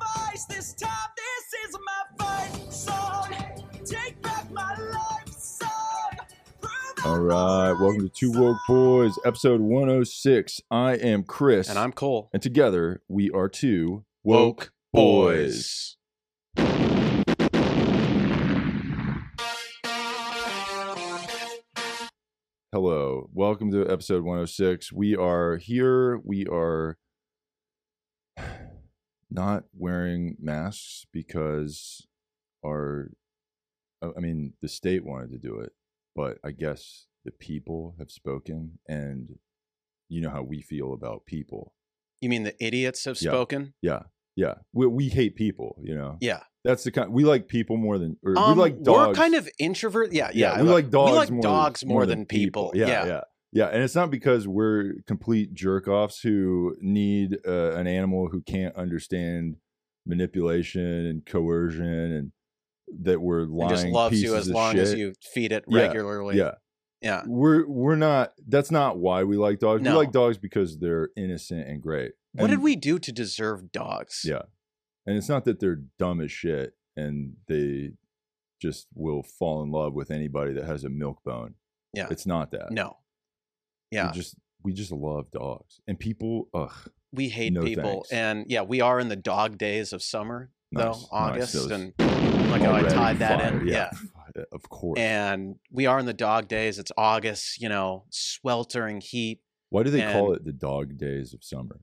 place this time. This is my fight song. Take back my life song. Prove All I'm right, welcome to Two Woke Boys, episode 106. I am Chris, And I'm Cole. and together we are two Woke Hello, welcome to episode 106. We are here. We are not wearing masks because our, I I mean, the state wanted to do it, but I guess the people have spoken, and you know how we feel about people. You mean the idiots have Yeah. spoken? Yeah, yeah. We, we hate people. You know. Yeah. That's the kind we like people more than or Um, we like dogs. We're kind of introvert. Yeah, yeah. yeah. I we lo- like dogs. We like more, dogs more than people. Yeah, yeah, yeah, And it's not because we're complete jerk offs who need uh, an animal who can't understand manipulation and coercion and that we're lying. And just loves you pieces as of long as shit. you feed it Yeah, regularly. Yeah, Yeah. we're we're not. That's not why we like dogs. We No. like dogs because they're innocent and great. What And- did we do to deserve dogs? Yeah. And it's not that they're dumb as shit and they just will fall in love with anybody that has a milk bone. Yeah. It's not that. No. Yeah. We just we just love dogs. And people, ugh, we hate no people. thanks. And yeah, we are in the dog days of summer, nice, though, August. nice. Those and like how I already tied that fire, in. yeah. Of course. And we are in the dog days. It's August, you know, sweltering heat. Why do they call and- it the dog days of summer?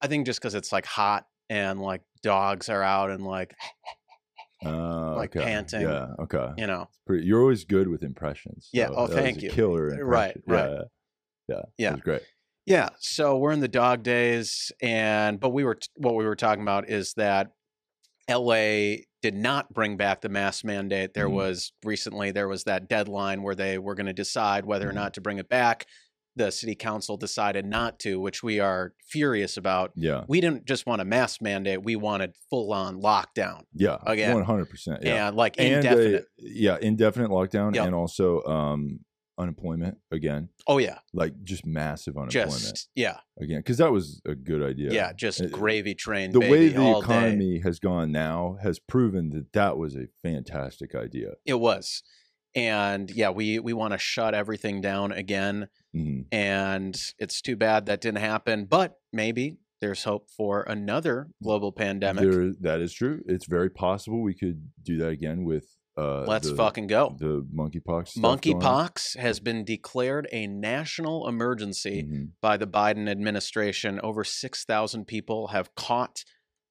I think just because it's like hot and like dogs are out and like Uh, Like okay. panting. Yeah. Okay. you know Pretty, you're always good with impressions. Yeah, so oh, that was thank a you. Killer. Right, impression. right. Yeah. Yeah. that Yeah. was great. yeah so we're in the dog days and but we were t- what we were talking about is that la did not bring back the mask mandate there Mhm. was recently there was that deadline where they were going to decide whether Mhm. or not to bring it back the city council decided not to which we are furious about Yeah. we didn't just want a mask mandate we wanted full-on lockdown Yeah. Again. 100%. Yeah. and like and a- indefinite yeah, indefinite lockdown Yep. and also um unemployment again, oh yeah like just massive unemployment just yeah again, because that was a good idea. yeah, just It- gravy train eh, The baby, way the all day. economy has gone now has proven that that was a fantastic idea. It was. And yeah, we we want to shut everything down again. hmm And it's too bad that didn't happen, but maybe there's hope for another global pandemic. There, that is true. It's very possible we could do that again with uh, Let's the, fucking go. the monkeypox. stuff going on. Monkeypox has been declared a national emergency Mhm. by the Biden administration. Over 6,000 people have caught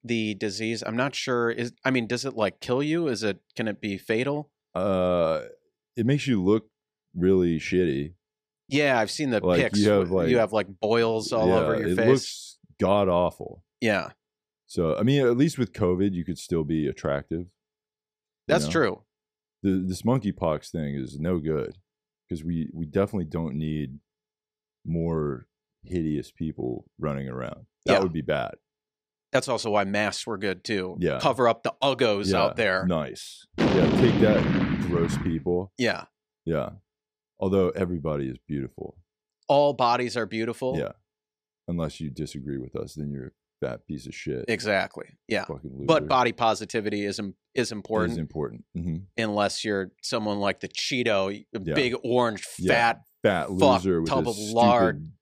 the disease. I'm not sure is I mean, does it like kill you? Is it can it be fatal? Uh, it makes you look really shitty. Yeah, I've seen the Like, you pics. have, where like- you have like boils all Yeah, over your it face. looks god awful. yeah. So I mean, at least with COVID, you could still be attractive. you That's know? true. The, this monkeypox thing is no good because we we definitely don't need more hideous people running around. That Yeah. would be bad. That's also why masks were good too. Yeah. Cover up the uggos Yeah, out there. Nice. Yeah, take that, gross people. Yeah. Yeah. Although everybody is beautiful, All bodies are beautiful. Yeah. unless you disagree with us, then you're a fat piece of shit. Exactly. Yeah. Fucking loser. But body positivity is im- is It important is important. hmm unless you're someone like the Cheeto, a Yeah. big orange Yeah. fat. Fat Fuck, loser with tub his of lard. stupid-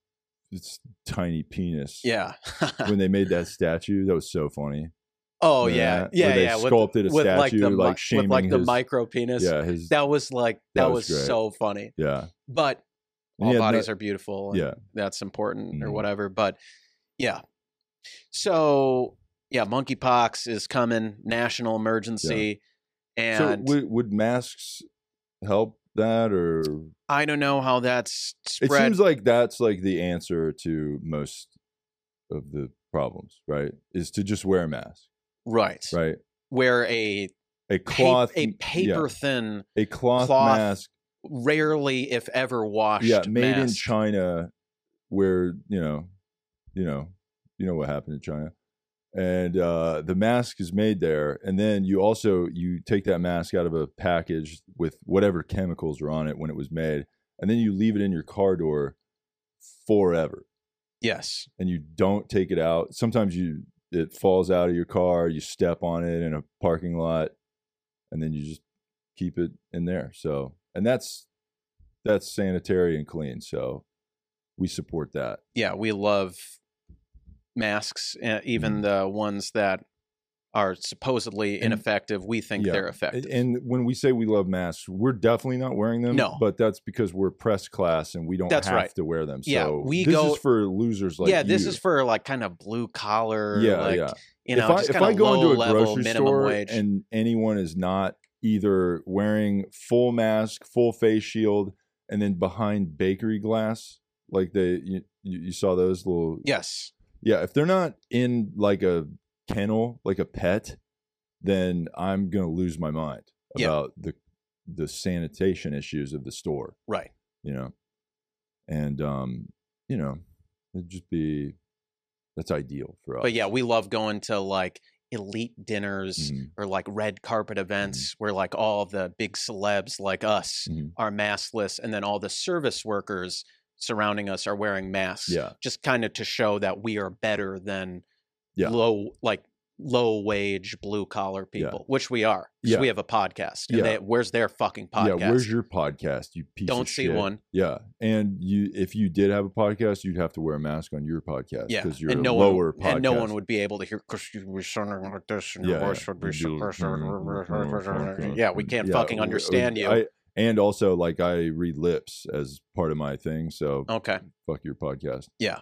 It's tiny penis. Yeah. when they made that statue, that was so funny. oh Remember yeah. that? Yeah. Where they yeah. sculpted a statue, mi- like, with like shaming the his- micro penis. Yeah, his That was like That that, was was, great. so funny. yeah. But And all he had bodies no- are beautiful. and yeah. that's important or Mhm. whatever. But yeah. So yeah, monkeypox is coming, national emergency. So And would, would masks help that, or I don't know how that's it spread. seems like that's like the answer to most of the problems, right? Is to just wear a mask, right. right? Where a A pa- cloth, a yeah, paper thin, a cloth, cloth mask, rarely if ever washed. yeah, made in mask. China, where you know, you know, you know what happened in China, and uh, the mask is made there, and then you also you take that mask out of a package with whatever chemicals were on it when it was made, and then you leave it in your car door forever. Yes. and you don't take it out. Sometimes you it falls out of your car, you step on it in a parking lot, and then you just keep it in there. So, and that's that's sanitary and clean. So, we support that. yeah, we love masks, uh, even the ones that are Mm-hmm. supposedly And- ineffective. We think Yeah. they're And, effective. and when we say we love masks, we're definitely not wearing them. No. but that's because we're press class and we don't That's have right. to wear them. Yeah, so we this go- is for losers like yeah, this you. is for like kind of blue collar. yeah, like, yeah. You know, just if I, if kind I of go low into a level grocery minimum store wage. and anyone is not either wearing full mask, full face shield, and then behind bakery glass, like they you, you you saw those little yes, yeah, if they're not in like a kennel, like a pet, then I'm gonna lose my mind Yeah. about the the sanitation issues of the store, right. you know. And um, you know, it'd just be that's ideal for us. But yeah, we love going to like elite dinners Mhm, or like red Mm-hmm. carpet events where like all the big celebs like us mhm. are maskless, and then all the service workers surrounding us are wearing masks. Yeah. just kind of to show that we are better than Yeah. low like low wage blue collar Yeah. people, which we are. 'cause Yeah. We have a podcast. And Yeah. they, where's their fucking podcast? Yeah, where's your podcast? You piece of Don't see shit? one. Yeah, and you if you did have a podcast, you'd have to wear a mask on your podcast Yeah, because you're and a no lower one and no one podcast. would be able to hear because you were sounding like this, and your Yeah, voice yeah. would be You do- suppressed. Yeah, we can't Yeah, fucking w- understand you. I, and also, like, I read lips as part of my thing. So okay, fuck your podcast. Oh. Yeah.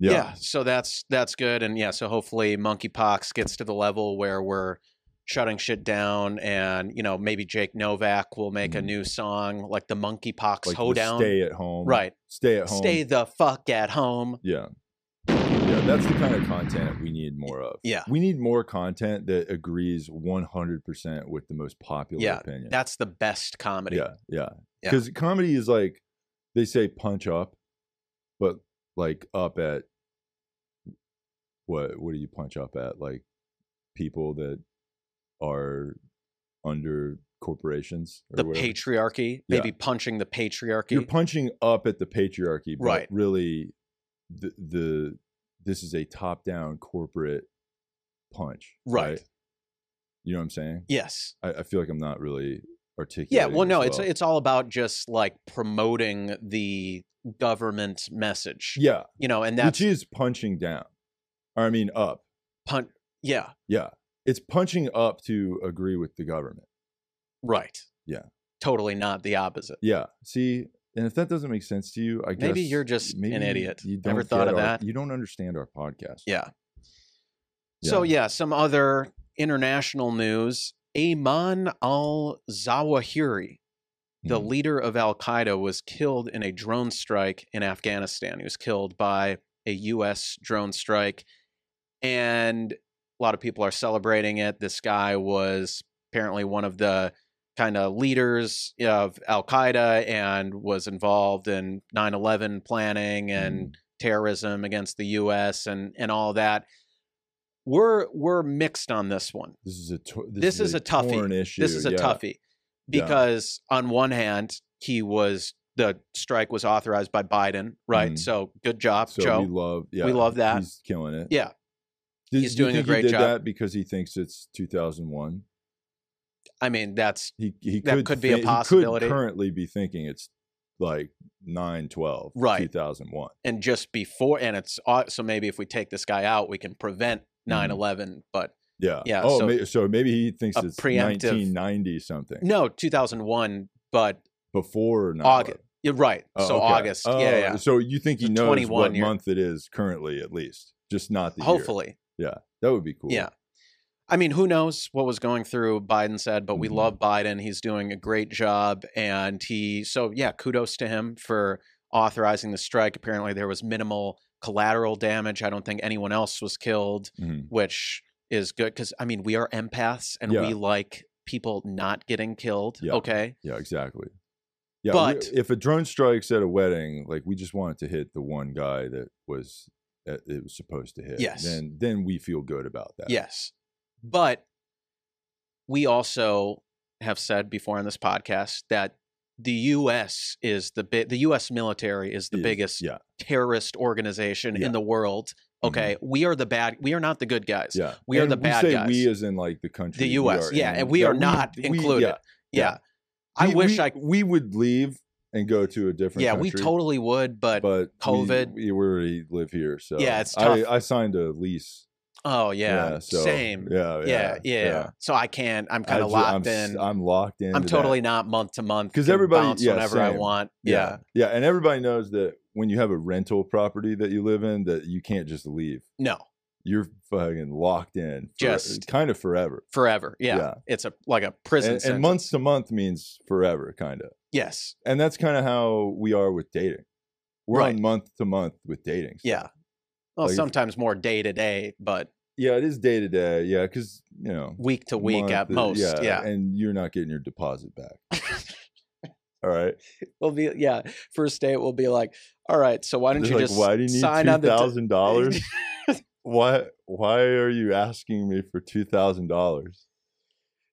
Yeah. So that's that's good, and yeah, so hopefully monkeypox gets to the level where we're shutting shit down, and you know maybe Jake Novak will make a Mhm. new song like the monkeypox Like, the hoedown. Stay at home. Right. Stay at home. Stay the fuck at home. Yeah. Yeah. That's the kind of content we need more of. Yeah. We need more content that agrees 100% with the most popular Yeah, opinion. That's the best comedy. Yeah, yeah. Yeah. Because comedy is like they say punch up, but like up at what? What do you punch up at? Like people that are under corporations. Or The whatever. patriarchy, Yeah. maybe punching the patriarchy. You're punching up at the patriarchy, but Right. Really, the, the this is a top down corporate punch, Right. You know what I'm saying? yes. I, I feel like I'm not really articulating. Yeah, well, this no, it's it's all about just like promoting the government message, yeah. you know, and that's which is punching down. Or I mean up. pun- yeah, Yeah. It's punching up to agree with the government. right, Yeah. totally not the opposite. Yeah. See, and if that doesn't make sense to you, I guess Maybe you're just an maybe idiot. You Ever don't thought get of our- that? You don't understand our podcast. Yeah. So yeah, some other international news: Ayman al Zawahiri, the Mhm. leader of Al Qaeda, was killed in a drone strike in Afghanistan. He was killed by a U.S. drone strike, and a lot of people are celebrating it. This guy was apparently one of the kind of leaders of Al Qaeda and was involved in 9 11 planning Mm-hmm. and terrorism against the U.S. and and all that. We're we're mixed on this one. This is a to- This is a toughie. torn issue. This is a yeah. toughie Yeah. because on one hand, he was the strike was authorized by Biden, right? Mhm. So good job, So Joe. we love yeah, love that. He's killing it. Yeah. Did- He's do you doing a think great he did job. that because he thinks it's 2001. I mean, that's He he That could could be a thi- he possibility. could currently be thinking it's like 9 12 Right. 2001. and just before, and it's au- so maybe if we take this guy out, we can prevent Mm-hmm. 9 11. But Yeah. Yeah, Oh, so- so, so maybe he thinks a it's preemptive- 1990 something no, 2001, but before now. August. You're right. Oh, so August. yeah, yeah. So you think he So knows 21 what year- month it is currently, at least, just not the year. Hopefully. that would be cool. Yeah. I mean, who knows what was going through Biden said, but we Mhm. love Biden. He's doing a great job. And he, so yeah, kudos to him for authorizing the strike. Apparently, there was minimal collateral damage. I don't think anyone else was killed, Mhm. which is good because, I mean, we are empaths and Yeah. we like people not getting killed. Yeah. Okay. Yeah. Exactly. Yeah. we- But- if a drone strikes at a wedding, like we just wanted to hit the one guy that was that it was supposed to hit. Yes. Then then we feel good about that. Yes. But we also have said before on this podcast that the US is the big the US military is the Is- biggest yeah. terrorist organization Yeah. Mm-hmm. in the world Okay, we are the bad. We are not the good guys. Yeah, We are And the bad say guys. We as in like the country, The we U.S. are yeah, in. and we Yeah, are not we- included. yeah. yeah. yeah. I We- we- wish I. we would leave and go to a different. Yeah, we country, totally would, but, But we- COVID. we, already live here, so Yeah, it's tough. I, I signed a lease. oh yeah, so, same. Yeah, Yeah, yeah, So I can't. I'm kind I of ju- locked I'm, s- in. I'm, I'm locked in. to that. totally not month to month 'Cause can everybody- bounce yeah, whenever I same. want. Yeah. yeah, and everybody knows that when you have a rental property that you live in, that you can't just leave. no, You're fucking locked in, for, Just- kind of forever. forever. Yeah. Yeah. it's a like a prison. And, and sentence. months to month means forever, kind of. Yes. And that's kind of how we are with dating. We're Right. on month to month with dating. stuff. Yeah. Well, Like if- sometimes more day to day, but yeah, it is day to day. Yeah, because you know, week to week month at is- most. Yeah. and you're not getting your deposit back. All right, We'll be yeah. First day it will be like, all right. So why don't They're you like, just why do you need sign two on the t- thousand dollars? Why why are you asking me for two thousand dollars?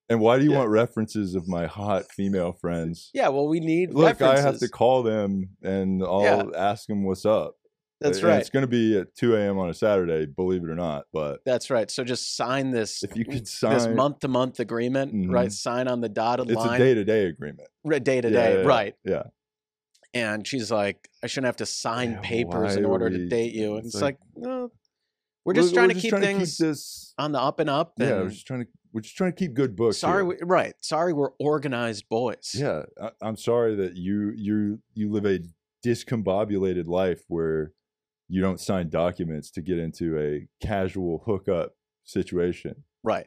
And why do you Yeah. want references of my hot female friends? yeah. Well, we need Look, references. I have to call them and I'll Yeah. ask them what's up. That's And right. It's going to be at 2 a.m. on a Saturday, believe it or not. But That's right. So just sign this if you could this sign, month to month agreement, right? Mhm. Sign on the dotted it's a line. day to day agreement. re- day to Yeah, day, yeah, yeah. right? Yeah. And she's like, I shouldn't have to sign Yeah, papers why in are order to we- date you. And it's it's, like- like, no, we're just trying to keep trying things this, on the up and up. yeah, we're And just trying to we're just trying to keep good books. sorry, here. we, right? Sorry, we're organized boys. yeah, I, I'm sorry that you you you live a discombobulated life where you don't sign documents to get into a casual hookup situation. right.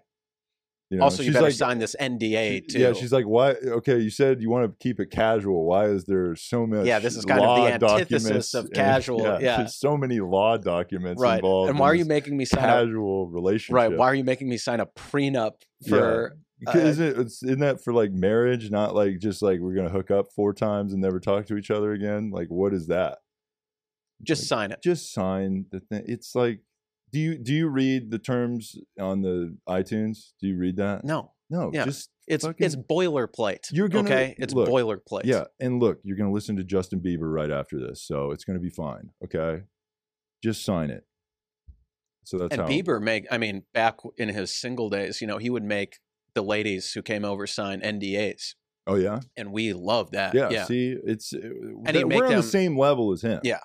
You know, also, you She's better like, sign this NDA she- too. Yeah, she's like, why? Okay, you said you want to keep it casual. Why is there so much? Yeah, this is kind of the law antithesis documents of and- casual, yeah. there's so many law documents right. involved. And why in are you this making me sign up? casual relationship? Right. Why uh, are you making me sign a prenup Yeah. for? Because isn't, it, it's- isn't that for like marriage, not like just like we're gonna hook up four times and never talk to each other again? Like, what is that? Just sign it. Just sign the thing. It's like, do you do you read the terms on the iTunes? Do you read that? No, No, yeah. just it's Fucking- it's boilerplate. You're gonna- okay. It's look, boilerplate. yeah. And look, you're gonna listen to Justin Bieber right after this, so it's gonna be fine. Okay, just sign it. So that's and how Bieber make I mean back w- in his single days, you know, he would make the ladies who came over sign NDAs, Oh yeah, and we loved that. yeah. uh, Yeah. See, it's uh, he'd that- make we're on the them- same level as him. Yeah.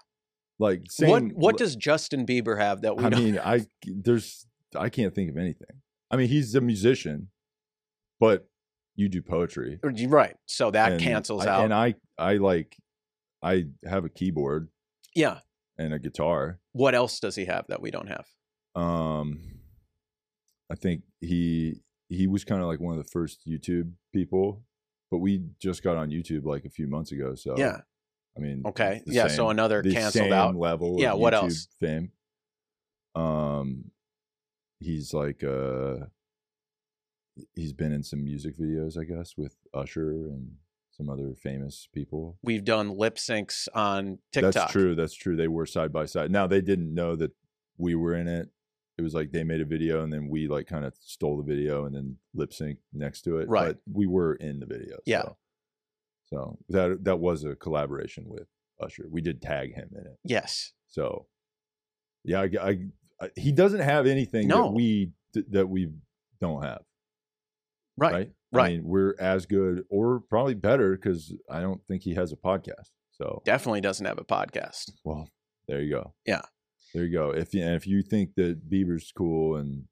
Like same, what What does Justin Bieber have that we I don't? mean, I there's I can't think of anything. I mean, he's a musician, but you do poetry. Or you- right. So that and cancels I- out. And I I like I have a keyboard yeah. and a guitar. What else does he have that we don't have? Um I think he he was kind of like one of the first YouTube people, but we just got on YouTube like a few months ago, so yeah. I mean, Okay. the Yeah. same- so another the canceled same out. level. Yeah, Of what YouTube else? Fame. Um, he's like uh, he's been in some music videos, I guess, with Usher and some other famous people. We've done lip syncs on TikTok. That's true. That's true. They were side by side. Now they didn't know that we were in it. It was like they made a video and then we like kind of stole the video and then lip sync next to it. Right. But we were in the video. Yeah. So, so that that was a collaboration with Usher. We did tag him in it. Yes. So, yeah, I, I, I- he doesn't have anything No. that we that we don't have, Right. right? I right. mean, we're as good or probably better because I don't think he has a podcast. So, Definitely doesn't have a podcast. well, there you go. Yeah. there you go. If you and if you think that Bieber's cool and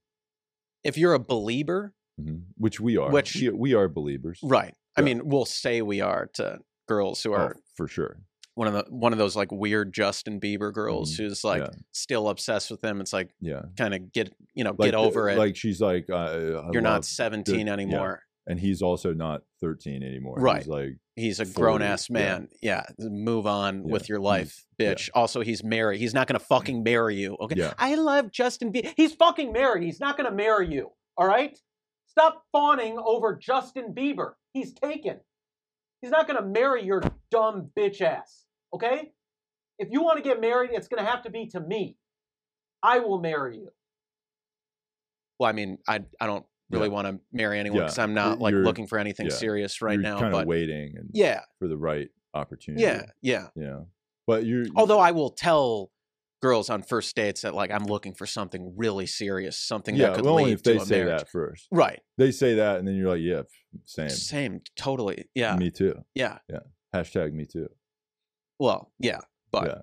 If you're a believer, mhm, which we are, Which- we, we are believers, right. I Yeah. mean, we'll say we are to girls who Oh, are for sure. one of the one of those like weird Justin Bieber girls Mhm. who's like Yeah. still obsessed with him. It's like Yeah, kind of get you know Like get the- over it. Like she's like, uh, I love- You're not 17 anymore. and he's also not 13 anymore. Right. He's like, He's a 40, grown ass yeah. man. Yeah. move on Yeah, with your he's- life, yeah. bitch. Also, he's married. He's not gonna fucking marry you. Okay. Yeah. I love Justin Bieber. He's fucking married. He's not gonna marry you. All right. Stop fawning over Justin Bieber. He's taken. He's not gonna marry your dumb bitch ass. Okay. If you want to get married, it's gonna have to be to me. I will marry you. Well, I mean, I I don't really Yeah. want to marry anyone Yeah. because I'm not like You're- looking for anything yeah. serious right you're now. kind But of waiting and yeah, for the right opportunity. yeah, yeah. Yeah. But you're Although I will tell girls on first dates that like I'm looking for something really serious, something yeah, that could well, only lead if they to a say marriage. that first. Right. They say that, and then you're like, yeah, pff, same. Same. Totally. Yeah. Me too. yeah. Hashtag me too. Well, yeah. But Yeah.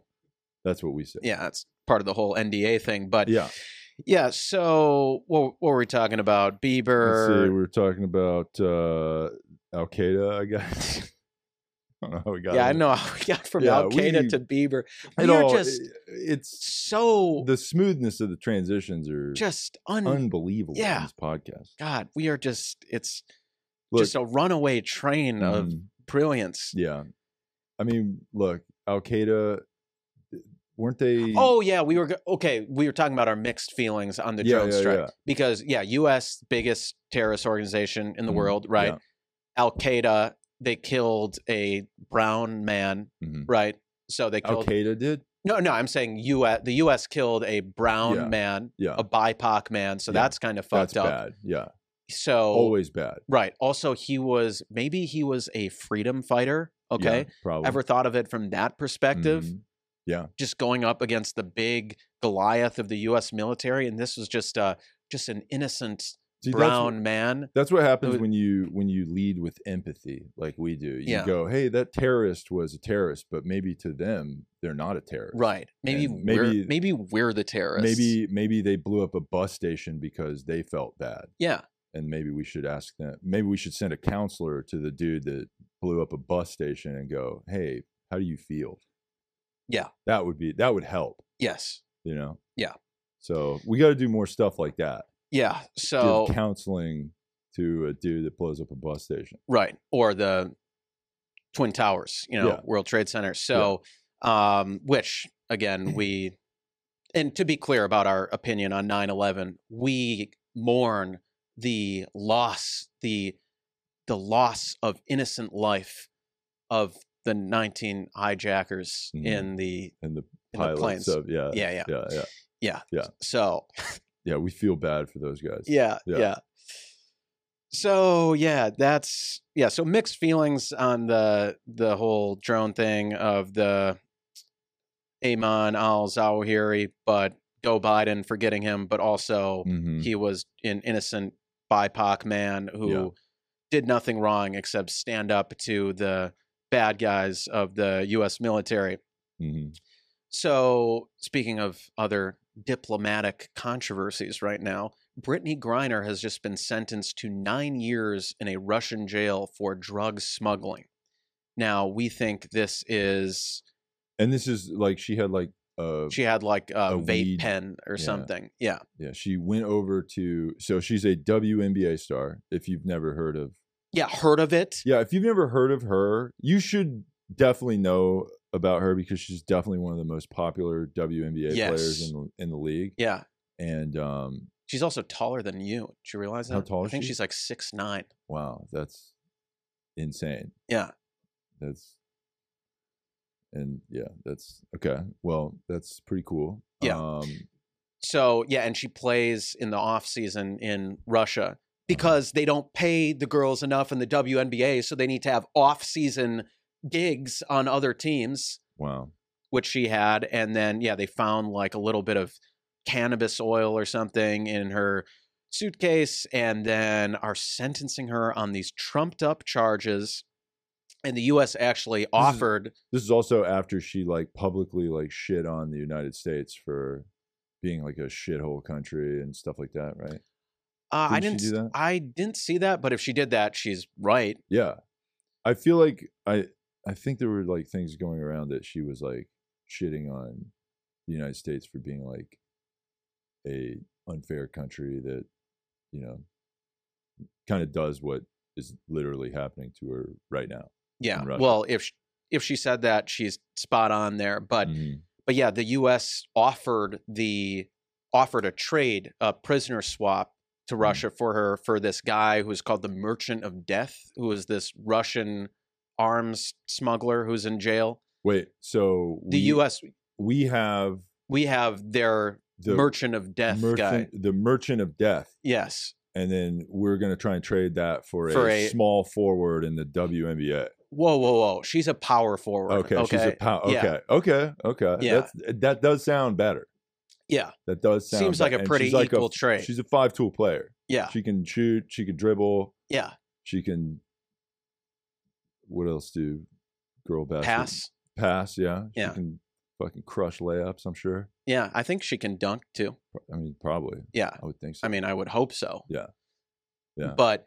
That's what we say. yeah, that's part of the whole NDA thing. But Yeah. yeah, so what, what were we talking about? Let's see, Bieber. we are talking about uh, Al Qaeda, I guess. I don't know how we got. Yeah, I into- know. how we got from Yeah, Al Qaeda we- to Bieber. It We are all- just it's so the smoothness of the transitions are just un. unbelievable yeah. in this podcast. God, we are just it's Look, just a runaway train of mm, brilliance. yeah. I mean, look, Al Qaeda weren't they? Oh yeah, we were go- okay. We were talking about our mixed feelings on the Yeah, drone yeah, strike yeah. because yeah, U.S. biggest terrorist organization in the Mhm, world, right? Al Qaeda they killed a brown man, Mhm. right? So they Al killed Qaeda did. no, no. I'm saying U.S. The U.S. killed a brown Yeah, man, Yeah, a BIPOC man. So Yeah, that's kind of that's Oh, fucked up. Oh, bad. Yeah, So always bad. right. Also, he was maybe he was a freedom fighter. Yeah, Okay, probably ever thought of it from that perspective? Mhm. just going up against the big Goliath of the U.S. military, and this was just uh, just an innocent See, that's what- brown man. That's what happens was- when you when you lead with empathy, like we do. You Yeah. go, "Hey, that terrorist was a terrorist, but maybe to them, they're not a terrorist. Right? Maybe And we're, maybe- maybe we're the terrorists. Maybe maybe they blew up a bus station because they felt bad, yeah, and maybe we should ask them. Maybe we should send a counselor to the dude that blew up a bus station and go, "Hey, how do you feel?" Yeah. that would be that would help. yes, You know. Yeah. So we got to do more stuff like that. yeah. So Give counseling to a dude that blows up a bus station. right, or the Twin Towers, you know, Yeah. World Trade Center. So, um, which again we, and to be clear about our opinion on 9-11, we mourn the loss, the the loss of innocent life of the 19 hijackers Mhm. in the And the in the pilots planes. of yeah, yeah, yeah, yeah, yeah. yeah, yeah. So Yeah, we feel bad for those guys. yeah, yeah, Yeah. So yeah, that's yeah. So mixed feelings on the the whole drone thing of the Amon Al Zawahiri, but Joe Biden for getting him, but also Mhm. he was an innocent BIPOC man who Yeah. did nothing wrong except stand up to the bad guys of the U.S. military. Mhm. So, speaking of other diplomatic controversies right now, Brittany Griner has just been sentenced to nine years in a Russian jail for drug smuggling. Now, we think this is, And this is like she had like uh she had like a, A vape weed- pen or yeah. something. Yeah. yeah, she went over to so she's a WNBA star if you've never heard of. Yeah. Heard of it? Yeah, if you've never heard of her, you should definitely know about her because she's definitely one of the most popular WNBA players Yes. in the, in the league Yeah. and um She's also taller than you. Did you realize that? How tall I is think she? she's like six nine. wow, that's insane. Yeah. That's and yeah, that's okay. Well, that's pretty cool. Yeah. Um So yeah, and she plays in the off season in Russia Mm-hmm. because they don't pay the girls enough in the WNBA, so they need to have off season gigs on other teams, wow. which she had. And then yeah, they found like a little bit of cannabis oil or something in her suitcase, and then are sentencing her on these trumped up charges. And the U.S. actually offered This is also after she like publicly like shit on the United States for being like a shithole country and stuff like that, right? Uh, I Didn't didn't. she do s- that? I didn't see that, but if she did that, she's right. Yeah. I feel like I I think there were like things going around that she was like shitting on the United States for being like a unfair country that, you know, kind of does what is literally happening to her right now. Yeah. Russia. Well, if sh if she said that, she's spot on there. But Mhm. but yeah, the U.S. offered the offered a trade, a prisoner swap Mm. to Russia for her for this guy who's called the Merchant of Death, who is this Russian arms smuggler who's in jail. Wait, so The we- U.S. we have we have their the Merchant of Death guy. merchant, the merchant of death Yes. and then we're going to try and trade that for, For a, a- small forward in the WNBA. whoa, whoa, whoa. She's a power forward. Okay, she's a power. Okay, Yeah. okay, okay. Yeah. That's, that does sound better. Yeah. That does sound. Seems like be- a and pretty she's like equal a, trade. She's a five-tool player. yeah. She can shoot. She can dribble. Yeah. She can. What else do girl basket Pass. Pass. Yeah. She Yeah. can fucking crush layups. I'm sure. Yeah. I think she can dunk too. Pro- I mean, probably. Yeah. I would think so. I mean, I would hope so. Yeah. Yeah. But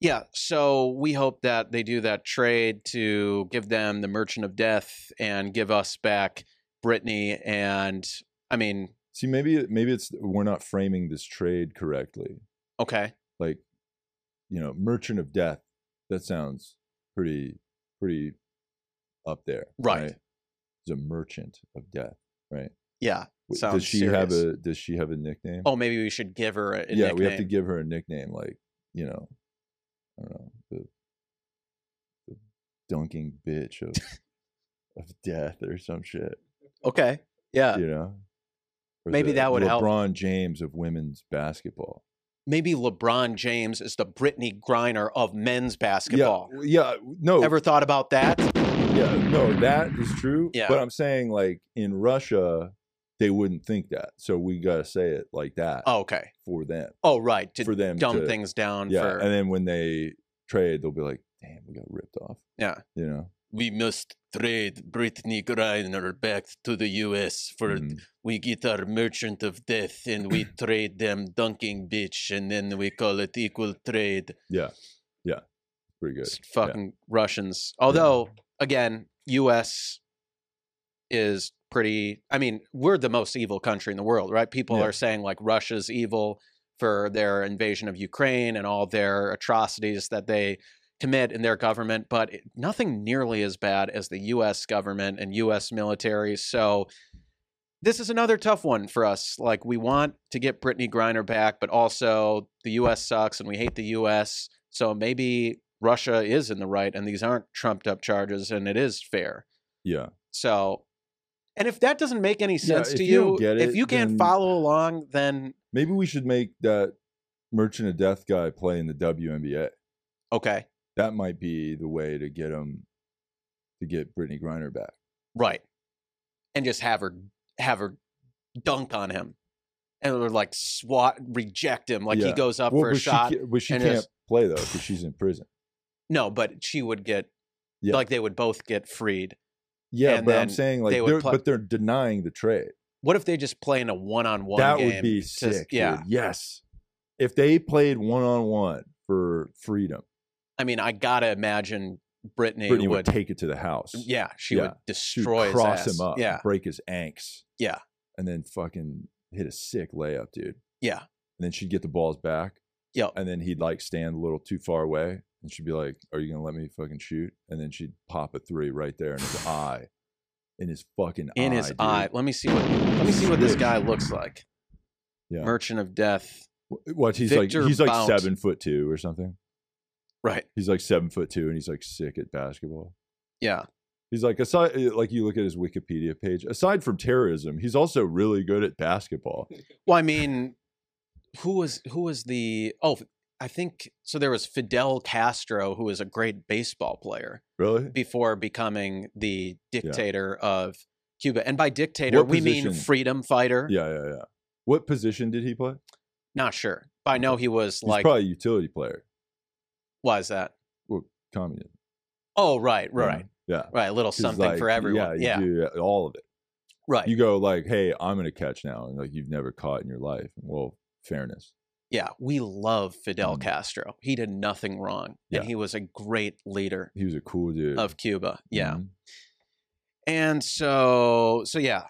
yeah, so we hope that they do that trade to give them the Merchant of Death and give us back Brittany. And I mean, See, maybe it- maybe it's we're not framing this trade correctly. okay. Like, you know, Merchant of Death. That sounds pretty pretty up there. Right. He's a merchant of death. Yeah. W- Sounds does she have serious. a Does she have a nickname? Oh, maybe we should give her a, a yeah, we have to nickname. give her a nickname like you know, I don't know the, the dunking bitch of of death or some shit. Okay. Yeah. you know, Or Uh, Maybe the that would LeBron help. James of women's basketball. Maybe LeBron James is the Brittany Griner of men's basketball. Yeah, Oh. yeah, no, Ever thought about that? yeah, no, that is true. Yeah. but I'm saying like in Russia, they wouldn't think that, so we gotta say it like that Oh, okay. for them. Oh, right. To for them dumb to- things down Yeah, for and then when they trade, they'll be like, "Damn, we got ripped off." Yeah. you know, we must trade Brittany Griner back to the U.S. for Mhm. we get our merchant of death and we trade them dunking bitch and then we call it equal trade. pretty good. It's fucking Russians. Although again, U.S. is pretty. I mean, we're the most evil country in the world, right? People Yeah. are saying like Russia's evil for their invasion of Ukraine and all their atrocities that they commit in their government, but it- nothing nearly as bad as the U.S. government and U.S. military. So. This is another tough one for us. Like, we want to get Brittany Griner back, but also the U.S. sucks and we hate the U.S. So maybe Russia is in the right and these aren't trumped up charges and it is fair. Yeah, So, and if that doesn't make any sense if to you don't you, get if it, you can't then- follow along, then maybe we should make that Merchant of Death guy play in the WNBA. okay, That might be the way to get him to get Brittany Griner back. right, and just have her have her dunk on him, and or like swat reject him, like he Yeah. goes up Well, for a but she shot. ca- but she and can't just- play though because she's in prison. No, but she would get Yeah. like they would both get freed. Yeah, And but then I'm saying like, they they would are pla- but they're denying the trade. What if they just play in a one on one? that game would be to- sick. yeah, dude. Yes. If they played one on one for freedom, I mean, I gotta imagine Brittany, Brittany would would. take it to the house. yeah, she Yeah. would She would destroy his cross ass. him up, Yeah, break his anks. Yeah. and then fucking hit a sick layup, dude. Yeah. and then she'd get the balls back. Yep. and then he'd like stand a little too far away, and she'd be like, "Are you gonna let me fucking shoot?" And then she'd pop a three right there in his eye, in his fucking in eye, his Ah, dude. eye. Let me see what let me see what this guy looks like. Yeah. Merchant of Death. Wh- What he's Victor like? He's like Bout. seven foot two or something. Right. He's like seven foot two, and he's like sick at basketball. Yeah. He's like aside, eh, like you look at his Wikipedia page. Aside from terrorism, he's also really good at basketball. Well, I mean, who was who was the oh I think so there was Fidel Castro who was a great baseball player Really? before becoming the dictator of Cuba. And by dictator What we mean position? freedom fighter. Yeah, yeah, yeah. What position did he play? Not sure. But I know he was He's like probably a utility player. why is that? Communist. Oh right, you know? right. Yeah. Right. A little 'Cause, something like, for everyone. Yeah, Yeah. you do all of it. right. You go like, hey, I'm gonna catch now, and like you've never caught in your life. Well, fairness. Yeah, we love Fidel Mm. Castro. He did nothing wrong, Yeah. and he was a great leader He was a cool dude. of Cuba. Yeah, Mhm. and so so yeah,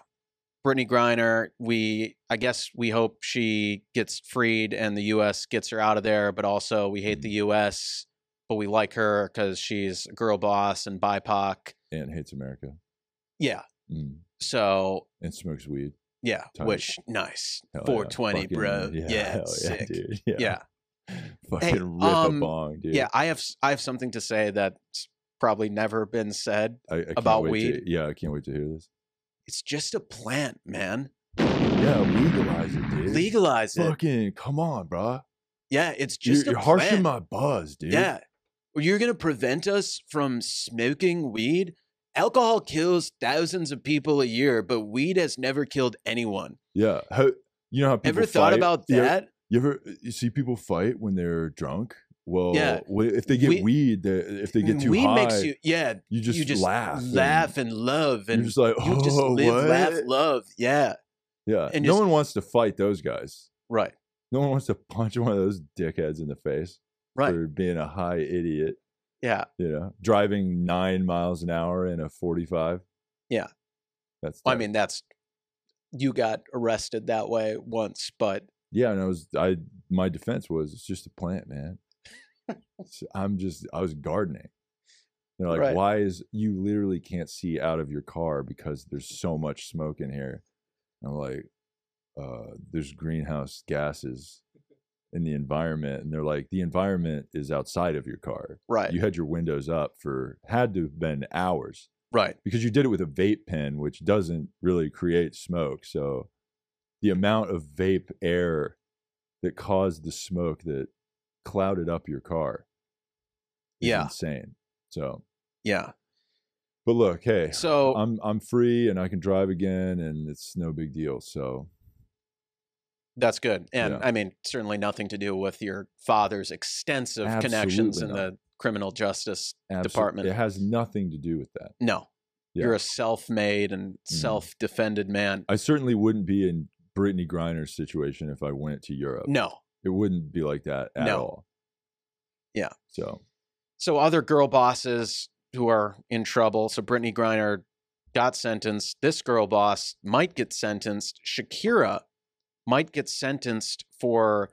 Brittany Griner. We I guess we hope she gets freed and the U.S. gets her out of there. But also we hate the Mm-hmm. U.S., but we like her because she's a girl boss and BIPOC. And hates America. Yeah, Mm. so And smokes weed. yeah, Tight. which nice Hell yeah. 420, Fucking- bro. Yeah, hell sick. dude. yeah. Fucking rip um, a bong, dude. Yeah, I have s- I have something to say that's probably never been said. I, I can't about wait to- weed? yeah, I can't wait to hear this. It's just a plant, man. Yeah, legalize it, dude. Legalize it. Fucking come on, bro. Yeah, it's You're, just you're a harshing plant. my buzz, dude. Yeah. Well, you're going to prevent us from smoking weed? Alcohol kills thousands of people a year, but weed has never killed anyone. Yeah. How, you know how people Ever thought fight? about You ever- that? You ever you see people fight when they're drunk? Well, Yeah. wh- if they get We- weed, they, if they get too Mm, weed high, makes you, yeah, you just you just laugh, and laugh and love, you're and just like, oh, you just live, what? laugh, love. Yeah, yeah. and no just- one wants to fight those guys. right, No one wants to punch one of those dickheads in the face right. for being a high idiot. Yeah, You know, driving nine miles an hour in a forty-five. Yeah. that's. Well, I tough. mean that's you got arrested that way once, but Yeah, and I was I my defense was it's just a plant, man. It's- I'm just I was gardening. They're like, Right. why is you literally can't see out of your car because there's so much smoke in here? I'm like, uh, there's greenhouse gases in the environment, and they're like, the environment is outside of your car. right, You had your windows up for had to have been hours right, because you did it with a vape pen, which doesn't really create smoke. So the amount of vape air that caused the smoke that clouded up your car is Yeah. insane. So, yeah. but look, hey, So I'm I'm free and I can drive again, and it's no big deal. So that's good, and yeah. I mean certainly nothing to do with your father's extensive connections Absolutely in not. the criminal justice. absol- Department. it has nothing to do with that. No, Yeah. Mm-hmm. you're a self-made and self-defended man. I certainly wouldn't be in Brittany Griner's situation if I went to Europe. No, It wouldn't be like that at No. all. Yeah. So so other girl bosses who are in trouble. So Brittany Griner got sentenced. This girl boss might get sentenced. Shakira might get sentenced for.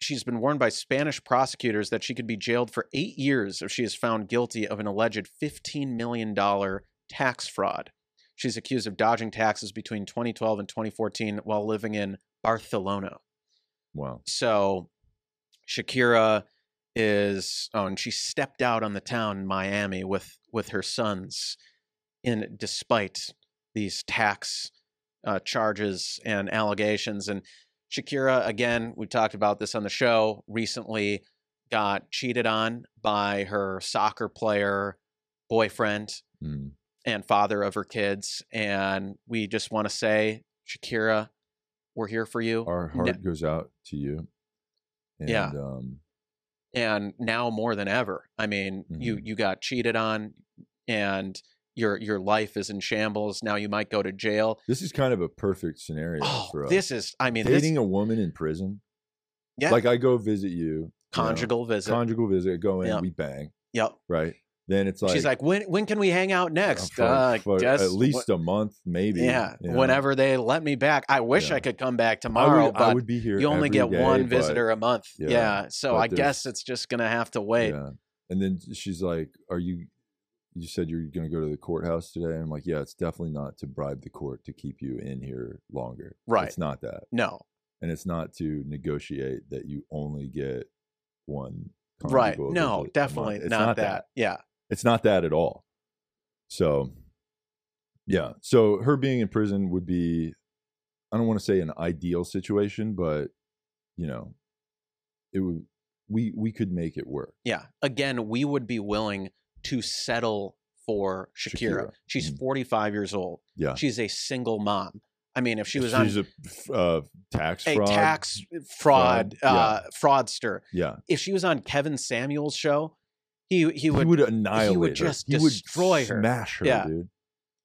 She's been warned by Spanish prosecutors that she could be jailed for eight years if she is found guilty of an alleged $15 million tax fraud. She's accused of dodging taxes between 2012 and 2014 while living in Barcelona. wow. So Shakira is oh, and she stepped out on the town in Miami with with her sons in despite these tax uh, charges and allegations. And Shakira, again, we talked about this on the show recently, got cheated on by her soccer player boyfriend Mm. and father of her kids. And we just want to say, Shakira, we're here for you. our No- heart goes out to you. And, Yeah. Um, and now more than ever i mean you Mhm. you got cheated on and your your life is in shambles now you might go to jail this is kind of a perfect scenario oh for us. this is i mean Dating this a woman in prison. yeah Like I go visit you, you. know, conjugal visit conjugal visit. I go in, Yeah. we bang, yep right? Then it's like she's like when when can we hang out uh, next for- uh, for guess at wh- least a month, maybe. yeah you know. whenever they let me back i wish Yeah. i could come back I tomorrow would, but I would be here. you only every get day, one but- visitor a month yeah, yeah, so but i there's- guess it's just gonna have to wait Yeah. And then she's like, "Are you? You said you're going to go to the courthouse today." I'm like, "Yeah, it's definitely not to bribe the court to keep you in here longer. Right. It's not that. no and it's not to negotiate that you only get one right conjugal visit a no month. definitely It's not, that. yeah it's not that at all so yeah so her being in prison would be i don't want to say an ideal situation but you know it would we we could make it work Yeah. Again, we would be willing to settle for Shakira. Shakira. She's Mm. 45 years old. Yeah. She's a single mom. I mean, if she was she's on a uh, tax a fraud mm, tax fraud, Fraud, yeah. uh, fraudster, yeah if she was on Kevin Samuels' show, he he he would, would, annihilate her. just he would destroy her. smash her Yeah. dude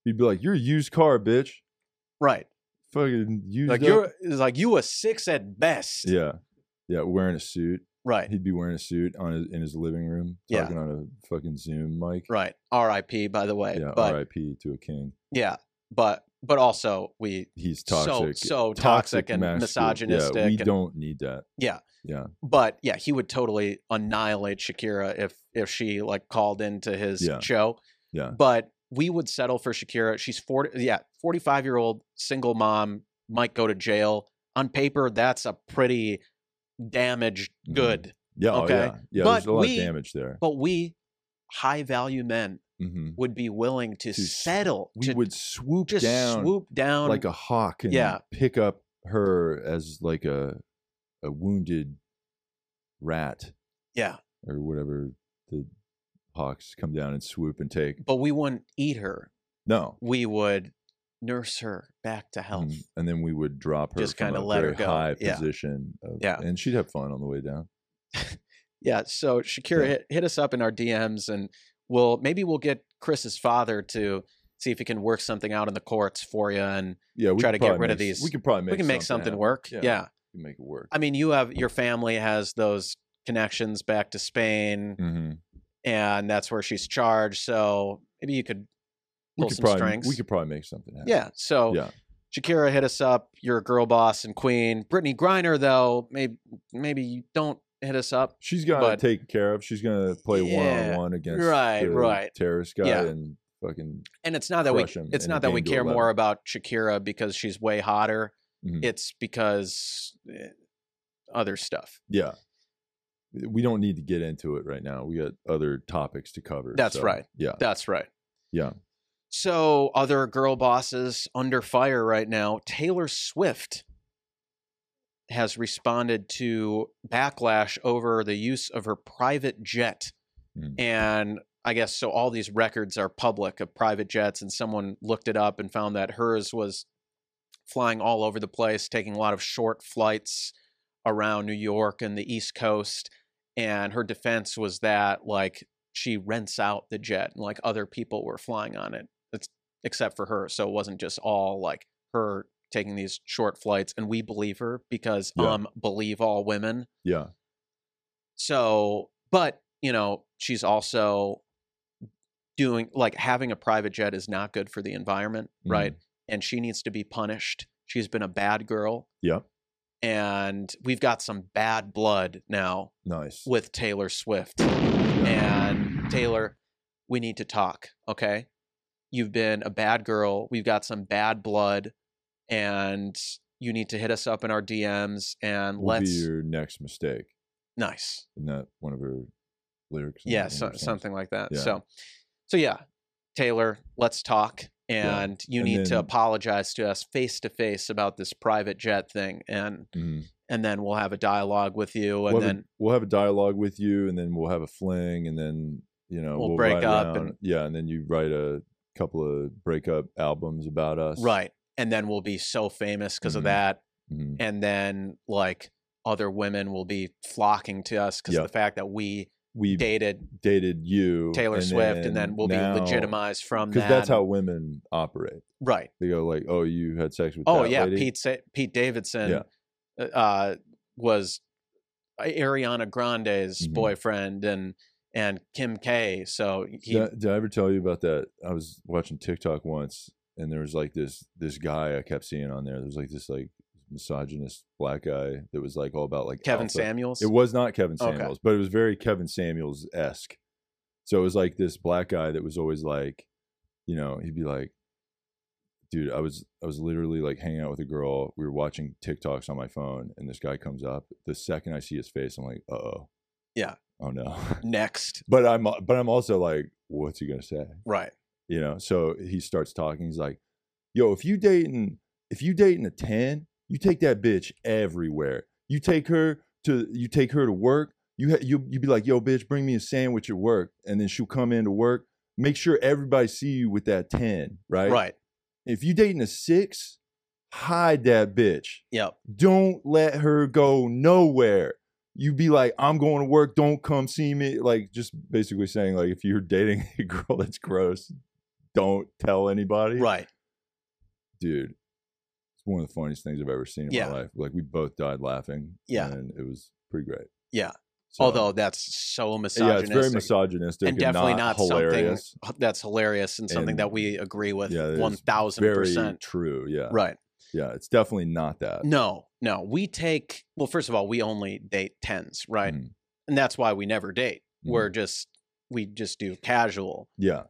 he'd be like you're a used car bitch right. fucking used Like up." you're it's like you a six at best. yeah yeah wearing a suit Right. He'd be wearing a suit on his, in his living room, Yeah. talking on a fucking Zoom mic. Right. R.I.P. By the way. Yeah, but R.I.P. to a king. yeah. But but also we He's toxic, so so toxic, and masculine. misogynistic. Yeah, we and- don't need that. but yeah, he would totally annihilate Shakira if if she like called into his Yeah. show. Yeah. But we would settle for Shakira. She's 40 yeah, 45 year old single mom might go to jail. On paper, that's a pretty damaged Mhm. good. Yeah, oh, Okay. yeah, yeah. But there's a lot we- of damage there. But we high value men hmm would be willing to, To s- settle We to would swoop just down swoop down like a hawk and Yeah. pick up her as like a a wounded rat yeah, or whatever the smallpox come down and swoop and take. But we wouldn't eat her. No. We would nurse her back to health. Mm, And then we would drop her Just from a kinda let her very go. high Yeah. position. of- Yeah. And she'd have fun on the way down. Yeah. So Shakira Yeah. hit, hit us up in our DMs and we'll maybe we'll get Chris's father to see if he can work something out in the courts for you and Yeah, we Try could to get probably rid of make- these. We could probably make we can make something, happen. work. Yeah. yeah. We can make it work. I mean, you have your family has those connections back to Spain hmm and that's where she's charged. So maybe you could We pull could some probably strings. we could probably make something happen. Yeah. So Yeah. Shakira hit us up. You're a girl boss and queen. Brittany Griner, though, maybe maybe you don't hit us up. She's got But- to take care of. She's gonna play one Yeah, on one against right, the right. terrorist guy Yeah. and fucking And it's not that we Crush 'em it's in a not that we game to care 11. more about Shakira because she's way hotter. Mhm. It's because eh, other stuff. yeah. We don't need to get into it right now. We got other topics to cover. That's so, right. Yeah. That's right. Yeah. So other girl bosses under fire right now. Taylor Swift has responded to backlash over the use of her private jet. Mm. And I guess so all these records are public of private jets and someone looked it up and found that hers was flying all over the place, taking a lot of short flights around New York and the East Coast. And her defense was that like she rents out the jet and like other people were flying on it it's, except for her so it wasn't just all like her taking these short flights and we believe her because Yeah. um believe all women Yeah. mm-hmm. so but you know she's also doing like having a private jet is not good for the environment right Mm. and she needs to be punished she's been a bad girl Yeah. and we've got some bad blood now Nice. with Taylor Swift. And Taylor, we need to talk, okay? You've been a bad girl. We've got some bad blood, and you need to hit us up in our DMs and Will let's. be your next mistake. Nice. Isn't that one of her lyrics? in Yeah, one of so, her songs? something like that. Yeah. So, so yeah, Taylor, let's talk. Yeah. And you And need to then- apologize to us face to face about this private jet thing, and Mhm. and then we'll have a dialogue with you, and we'll, have then a, we'll have a dialogue with you, and then we'll have a fling, and then you know We'll we'll break write up around- and- yeah, and then you write a couple of breakup albums about us, right, and then we'll be so famous because of Mhm. that, hmm and then like other women will be flocking to us because Yeah. the fact that we We dated dated you, Taylor Swift, and then we'll be legitimized from that. because that's how women operate. right. They go like, "Oh, you had sex with Oh that yeah, lady? Pete Sa- Pete Davidson uh, was uh, Ariana Grande's Mhm. boyfriend and and Kim K. So he did, I, did I ever tell you about that? I was watching TikTok once, and there was like this this guy I kept seeing on there. There was like this like misogynist black guy that was like all about like Kevin alpha. Samuels. It was not Kevin Okay. Samuels, but it was very Kevin Samuels esque. So it was like this black guy that was always like, you know, he'd be like, "Dude, I was I was literally like hanging out with a girl. We were watching TikToks on my phone, and this guy comes up. The second I see his face, I'm like, uh oh, Yeah. oh no." Next, but I'm but I'm also like, what's he gonna say? right? You know. So he starts talking. He's like, "Yo, if you dating if you dating a ten, you take that bitch everywhere. You take her to you take her to work. You ha- you you be like, yo, bitch, bring me a sandwich at work, and then she'll come in to work. Make sure everybody see you with that ten, right? Right. If you dating a six, hide that bitch." Yep. don't let her go nowhere. You be like, I'm going to work. Don't come see me. Like, just basically saying, like, if you're dating a girl that's gross, don't tell anybody. Right. Dude, it's one of the funniest things I've ever seen in Yeah. my life. Like, we both died laughing. Yeah. And it was pretty great. Yeah. So- Although that's so yeah, it's misogynistic. very misogynistic and definitely not, hilarious. something that's hilarious and something And- that we agree with Yeah, it uh, is one thousand Very percent. true. Yeah. Right? Yeah. It's definitely not that. No, no. We take well. First of all, we only date tens, right? Mhm. And that's why we never date. Mhm. We're just we just do casual Yeah.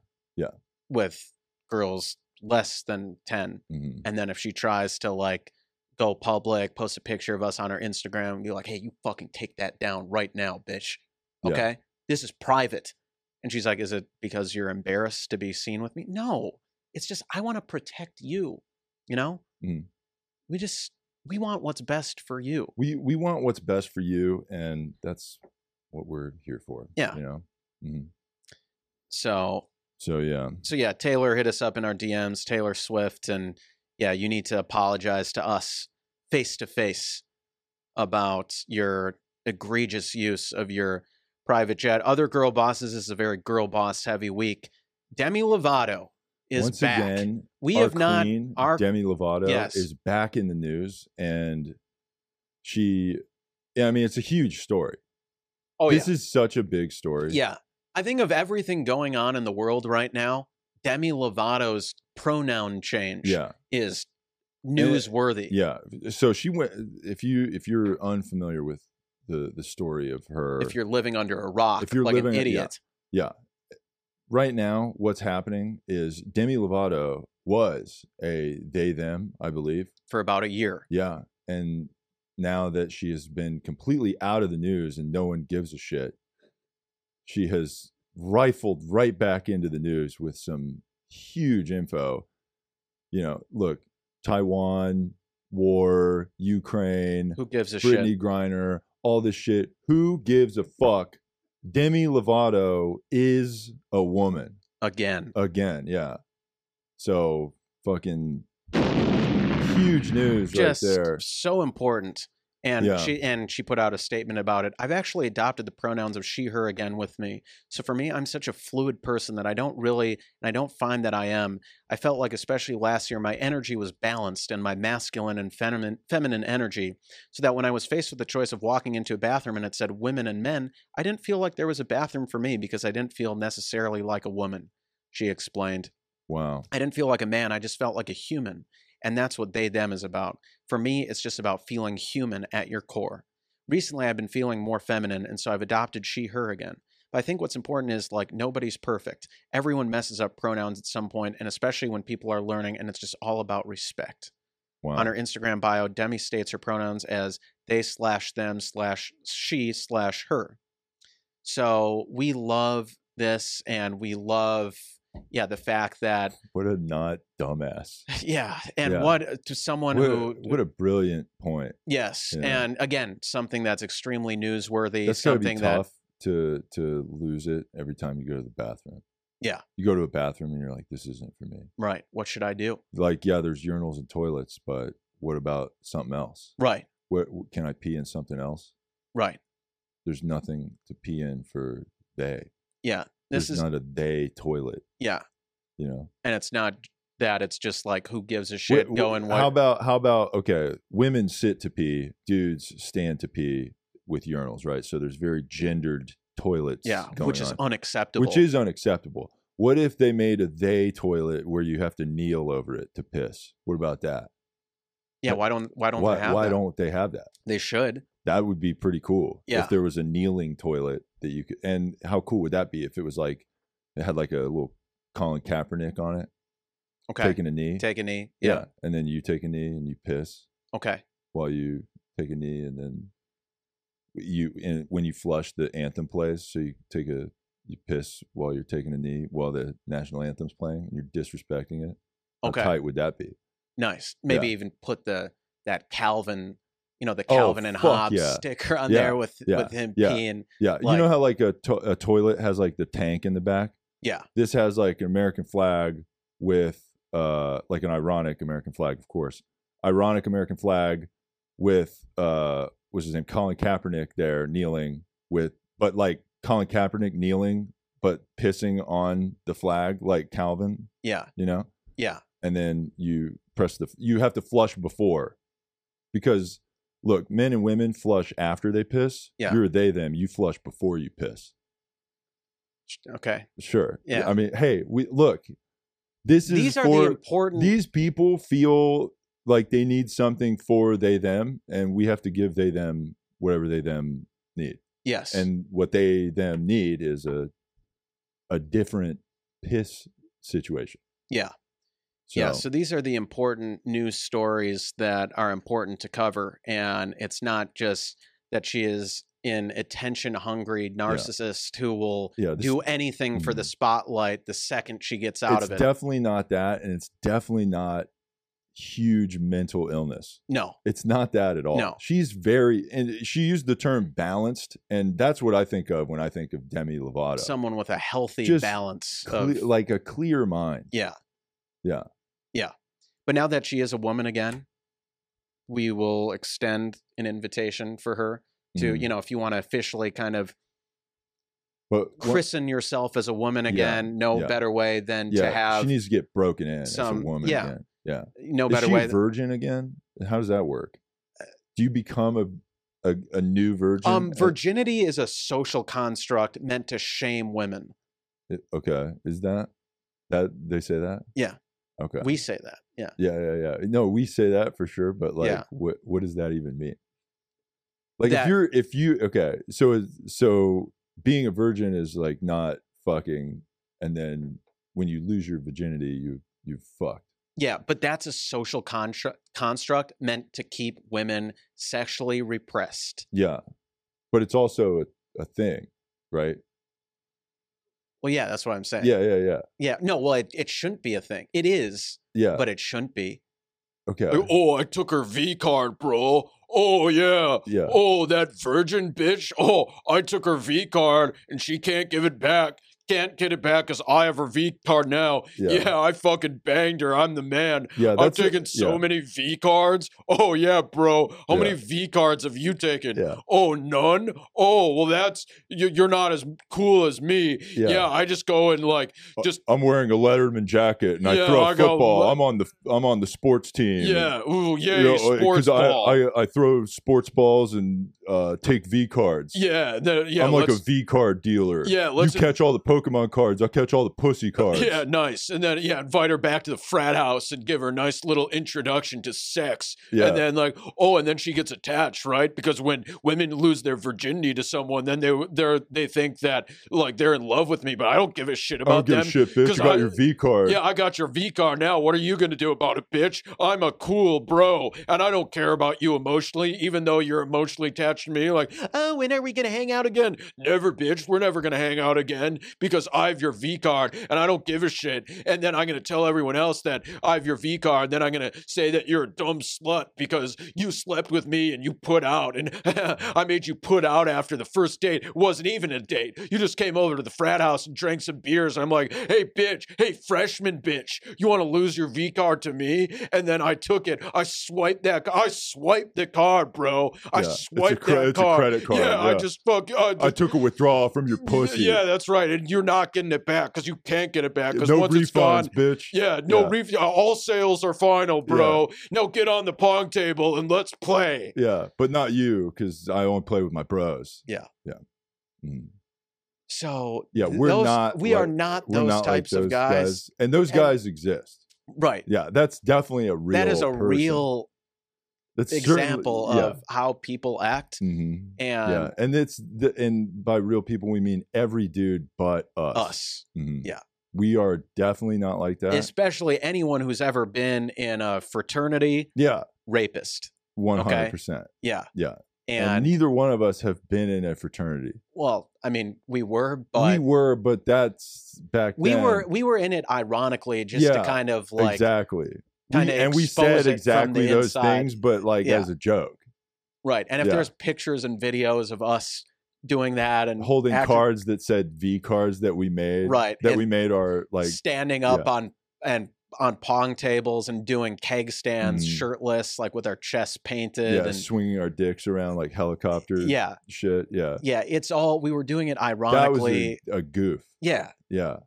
with girls less than ten. Mhm. And then if she tries to like go public, post a picture of us on her Instagram, and be like, "Hey, you fucking take that down right now, bitch." Yeah. Okay, this is private. And she's like, "Is it because you're embarrassed to be seen with me?" No, it's just I want to protect you. You know, Mhm. we just we want what's best for you. we we want what's best for you and that's what we're here for Yeah. you know Mhm. So So yeah, so yeah, Taylor hit us up in our DMs, Taylor Swift, and yeah, you need to apologize to us face to face about your egregious use of your private jet. Other girl bosses this is a very girl boss heavy week. Demi Lovato is once back. again, we our have not queen, our- Demi Lovato Yes. is back in the news, and she. Yeah, I mean, it's a huge story. Oh yeah. this is such a big story. Yeah. I think of everything going on in the world right now, Demi Lovato's pronoun change yeah, is newsworthy. yeah. So she went. If you if you're unfamiliar with the the story of her, If you're living under a rock If you're like an living- yeah. idiot. right now, what's happening is Demi Lovato was a they them, I believe. for about a year. Yeah, and now that she has been completely out of the news and no one gives a shit, she has rifled right back into the news with some huge info. You know, look, Taiwan war, Ukraine, Who gives a Brittany shit? Griner, all this shit. Who gives a fuck? Demi Lovato is a woman Again. again. Yeah. So fucking huge news Just right there. so important. And Yeah. she and she put out a statement about it. I've actually adopted the pronouns of she, her again with me. So for me, I'm such a fluid person that I don't really and I don't find that I am. I felt like especially last year my energy was balanced and my masculine and feminine feminine energy so that when I was faced with the choice of walking into a bathroom and it said women and men, I didn't feel like there was a bathroom for me because I didn't feel necessarily like a woman, she explained. Wow. I didn't feel like a man. I just felt like a human. And that's what they, them is about. For me, it's just about feeling human at your core. Recently, I've been feeling more feminine, and so I've adopted she, her again. But I think what's important is like nobody's perfect. Everyone messes up pronouns at some point, and especially when people are learning, and it's just all about respect Wow. on her Instagram bio, Demi states her pronouns as they slash them slash she slash her. So we love this and we love, yeah, the fact that, what a not dumbass. yeah, and Yeah. what uh, to someone What a, who, what a brilliant point. yes, Yeah. and again, something that's extremely newsworthy, That's gotta be something that, tough to to lose it every time you go to the bathroom. Yeah. You go to a bathroom and you're like, this isn't for me. right, what should I do? Like, yeah, there's urinals and toilets, but what about something else? Right, What can I pee in something else? right. There's nothing to pee in for they. Yeah, There's this is, not a they toilet. yeah, You know. and it's not that, it's just like who gives a shit, Wh- wh- go and what. How about how about okay? Women sit to pee, dudes stand to pee with urinals, right? So there's very gendered toilets. yeah, going which is on, unacceptable. which is unacceptable. What if they made a they toilet where you have to kneel over it to piss? What about that? yeah. Why don't why don't why they have why that? don't they have that? they should? That would be pretty cool Yeah. if there was a kneeling toilet that you could. And how cool would that be if it was like it had like a little Colin Kaepernick on it Okay. taking a knee? Take a knee. yeah, and then you take a knee and you piss. Okay. while you take a knee and then you and when you flush the anthem plays so you take a you piss while you're taking a knee while the national anthem's playing and you're disrespecting it how Okay. tight would that be Nice. Maybe Yeah. even put the that Calvin, you know, the Oh, Calvin and fuck Hobbes yeah. sticker on Yeah, there with yeah, with him yeah. peeing. yeah you know Like- how like a, to- a toilet has like the tank in the back Yeah. this has like an american flag with uh like an ironic american flag of course ironic american flag with uh what's his name colin kaepernick there kneeling with but like colin kaepernick kneeling but pissing on the flag like calvin Yeah. you know Yeah. and then you press the you have to flush before because look men and women flush after they piss Yeah. you're they them you flush before you piss Okay. sure Yeah. i mean hey we look this is These are the for important these people feel like they need something for they them and we have to give they them whatever they them need Yes. and what they them need is a a different piss situation Yeah. so, Yeah, so these are the important news stories that are important to cover. And it's not just that she is an attention hungry narcissist who will yeah this- do anything for the Mhm. spotlight the second she gets out it's of it. definitely not that and it's definitely not huge mental illness. No, It's not that at all. No. She's very, and she used the term balanced, and that's what I think of when I think of Demi Lovato. someone with a healthy Just balance Cle- of like a clear mind. yeah, Yeah. yeah. But now that she is a woman again, we will extend an invitation for her to Mhm. you know if you want to officially kind of but what- christen yourself as a woman Yeah, again, no yeah. better way than yeah, to have she needs to get broken in as some- a woman. yeah. again. yeah. no Is better she way. a than- virgin again? How does that work? Do you become a a, a new virgin? um, at- virginity is a social construct meant to shame women. It- okay is that that they say that Yeah. okay We say that. Yeah. yeah yeah yeah no we say that for sure but like Yeah. what what does that even mean like That- if you're if you okay so is- so being a virgin is like not fucking and then when you lose your virginity you you've fucked Yeah, but that's a social construct construct meant to keep women sexually repressed. yeah but it's also a, a thing right Well, yeah, that's what I'm saying. yeah yeah yeah Yeah. No, well, it, it shouldn't be a thing. It is, yeah Uh. but it shouldn't be. okay Like, oh, I took her V card, bro. Oh yeah. yeah Oh, that virgin bitch. Oh, I took her V card and she can't give it back. Can't get it back because I have her V card now. Yeah. I fucking banged her. I'm the man. yeah I've a- taken so yeah, many V cards. Oh yeah, bro. How Yeah. many V cards have you taken? yeah Oh, none. Oh, well, that's you, you're not as cool as me. Yeah. Yeah, I just go and like just I'm wearing a Letterman jacket and I Yeah, throw a I got football. le- I'm on the I'm on the sports team. and- yeah, ooh, yeah, you know, uh, sports oh, I, ball. I I throw sports balls and uh, take V cards. yeah, the, yeah. I'm like a let's- V card dealer. yeah. you Let's catch all the Pokemon cards. I catch all the pussy cards. Yeah, nice. And then yeah, invite her back to the frat house and give her a nice little introduction to sex. Yeah. And then like, oh, and then she gets attached, right? Because when women lose their virginity to someone, then they they they think that like they're in love with me, but I don't give a shit I don't about give them. a shit, bitch. You 'cause got I- your V card. Yeah, I got your V car now. What are you going to do about it, bitch? I'm a cool bro, and I don't care about you emotionally, even though you're emotionally attached to me. Like, oh, when are we going to hang out again? Never, bitch. We're never going to hang out again because I have your V card, and I don't give a shit. And then I'm going to tell everyone else that I have your V card. and Then I'm going to say that you're a dumb slut because you slept with me and you put out, and I made you put out after the first date. It wasn't even a date. You just came over to the frat house and drank some beers. I'm like, hey, bitch, hey, freshman bitch, you want to lose your V card to me? And then I took it. I swiped that. I swiped the card, bro. I Yeah. swiped cre- that it's a card. credit card, Yeah, I yeah. just fuck. I I just- took a withdrawal from your pussy. Yeah, that's right. And you're not getting it back because you can't get it back because no once it's gone, refunds, bitch. yeah, no Yeah. ref- All sales are final, bro. Now get on the pong table and let's play. Yeah, but not you, because I only play with my bros. Yeah. yeah, Mm. So Yeah, we're those- not We are like- not We're those not like types of those guys. and those And- guys exist. Right. Yeah, that's definitely a real. that is a person. real That's certainly- example yeah. of how people act Mhm. and yeah, and it's the, and by real people we mean every dude but us. us, Mhm. yeah. we are definitely not like that. especially anyone who's ever been in a fraternity yeah, rapist. one hundred percent. Yeah. Yeah. And And, neither one of us have been in a fraternity. well, I mean, we were, but we were, but that's back. we, then. were we were in it ironically just to Yeah, kind of like exactly, we, kinda and we expose it said from exactly the those inside. things, but like Yeah. as a joke, right. And if Yeah. there's pictures and videos of us doing that and holding acting- cards that said V cards that we made, Right, That and- we made our like standing up on and on pong tables and doing keg stands Mm. shirtless like with our chests painted yeah, and swinging our dicks around like helicopter yeah shit. Yeah, yeah it's all we were doing it that was ironically a, a goof. yeah Yeah.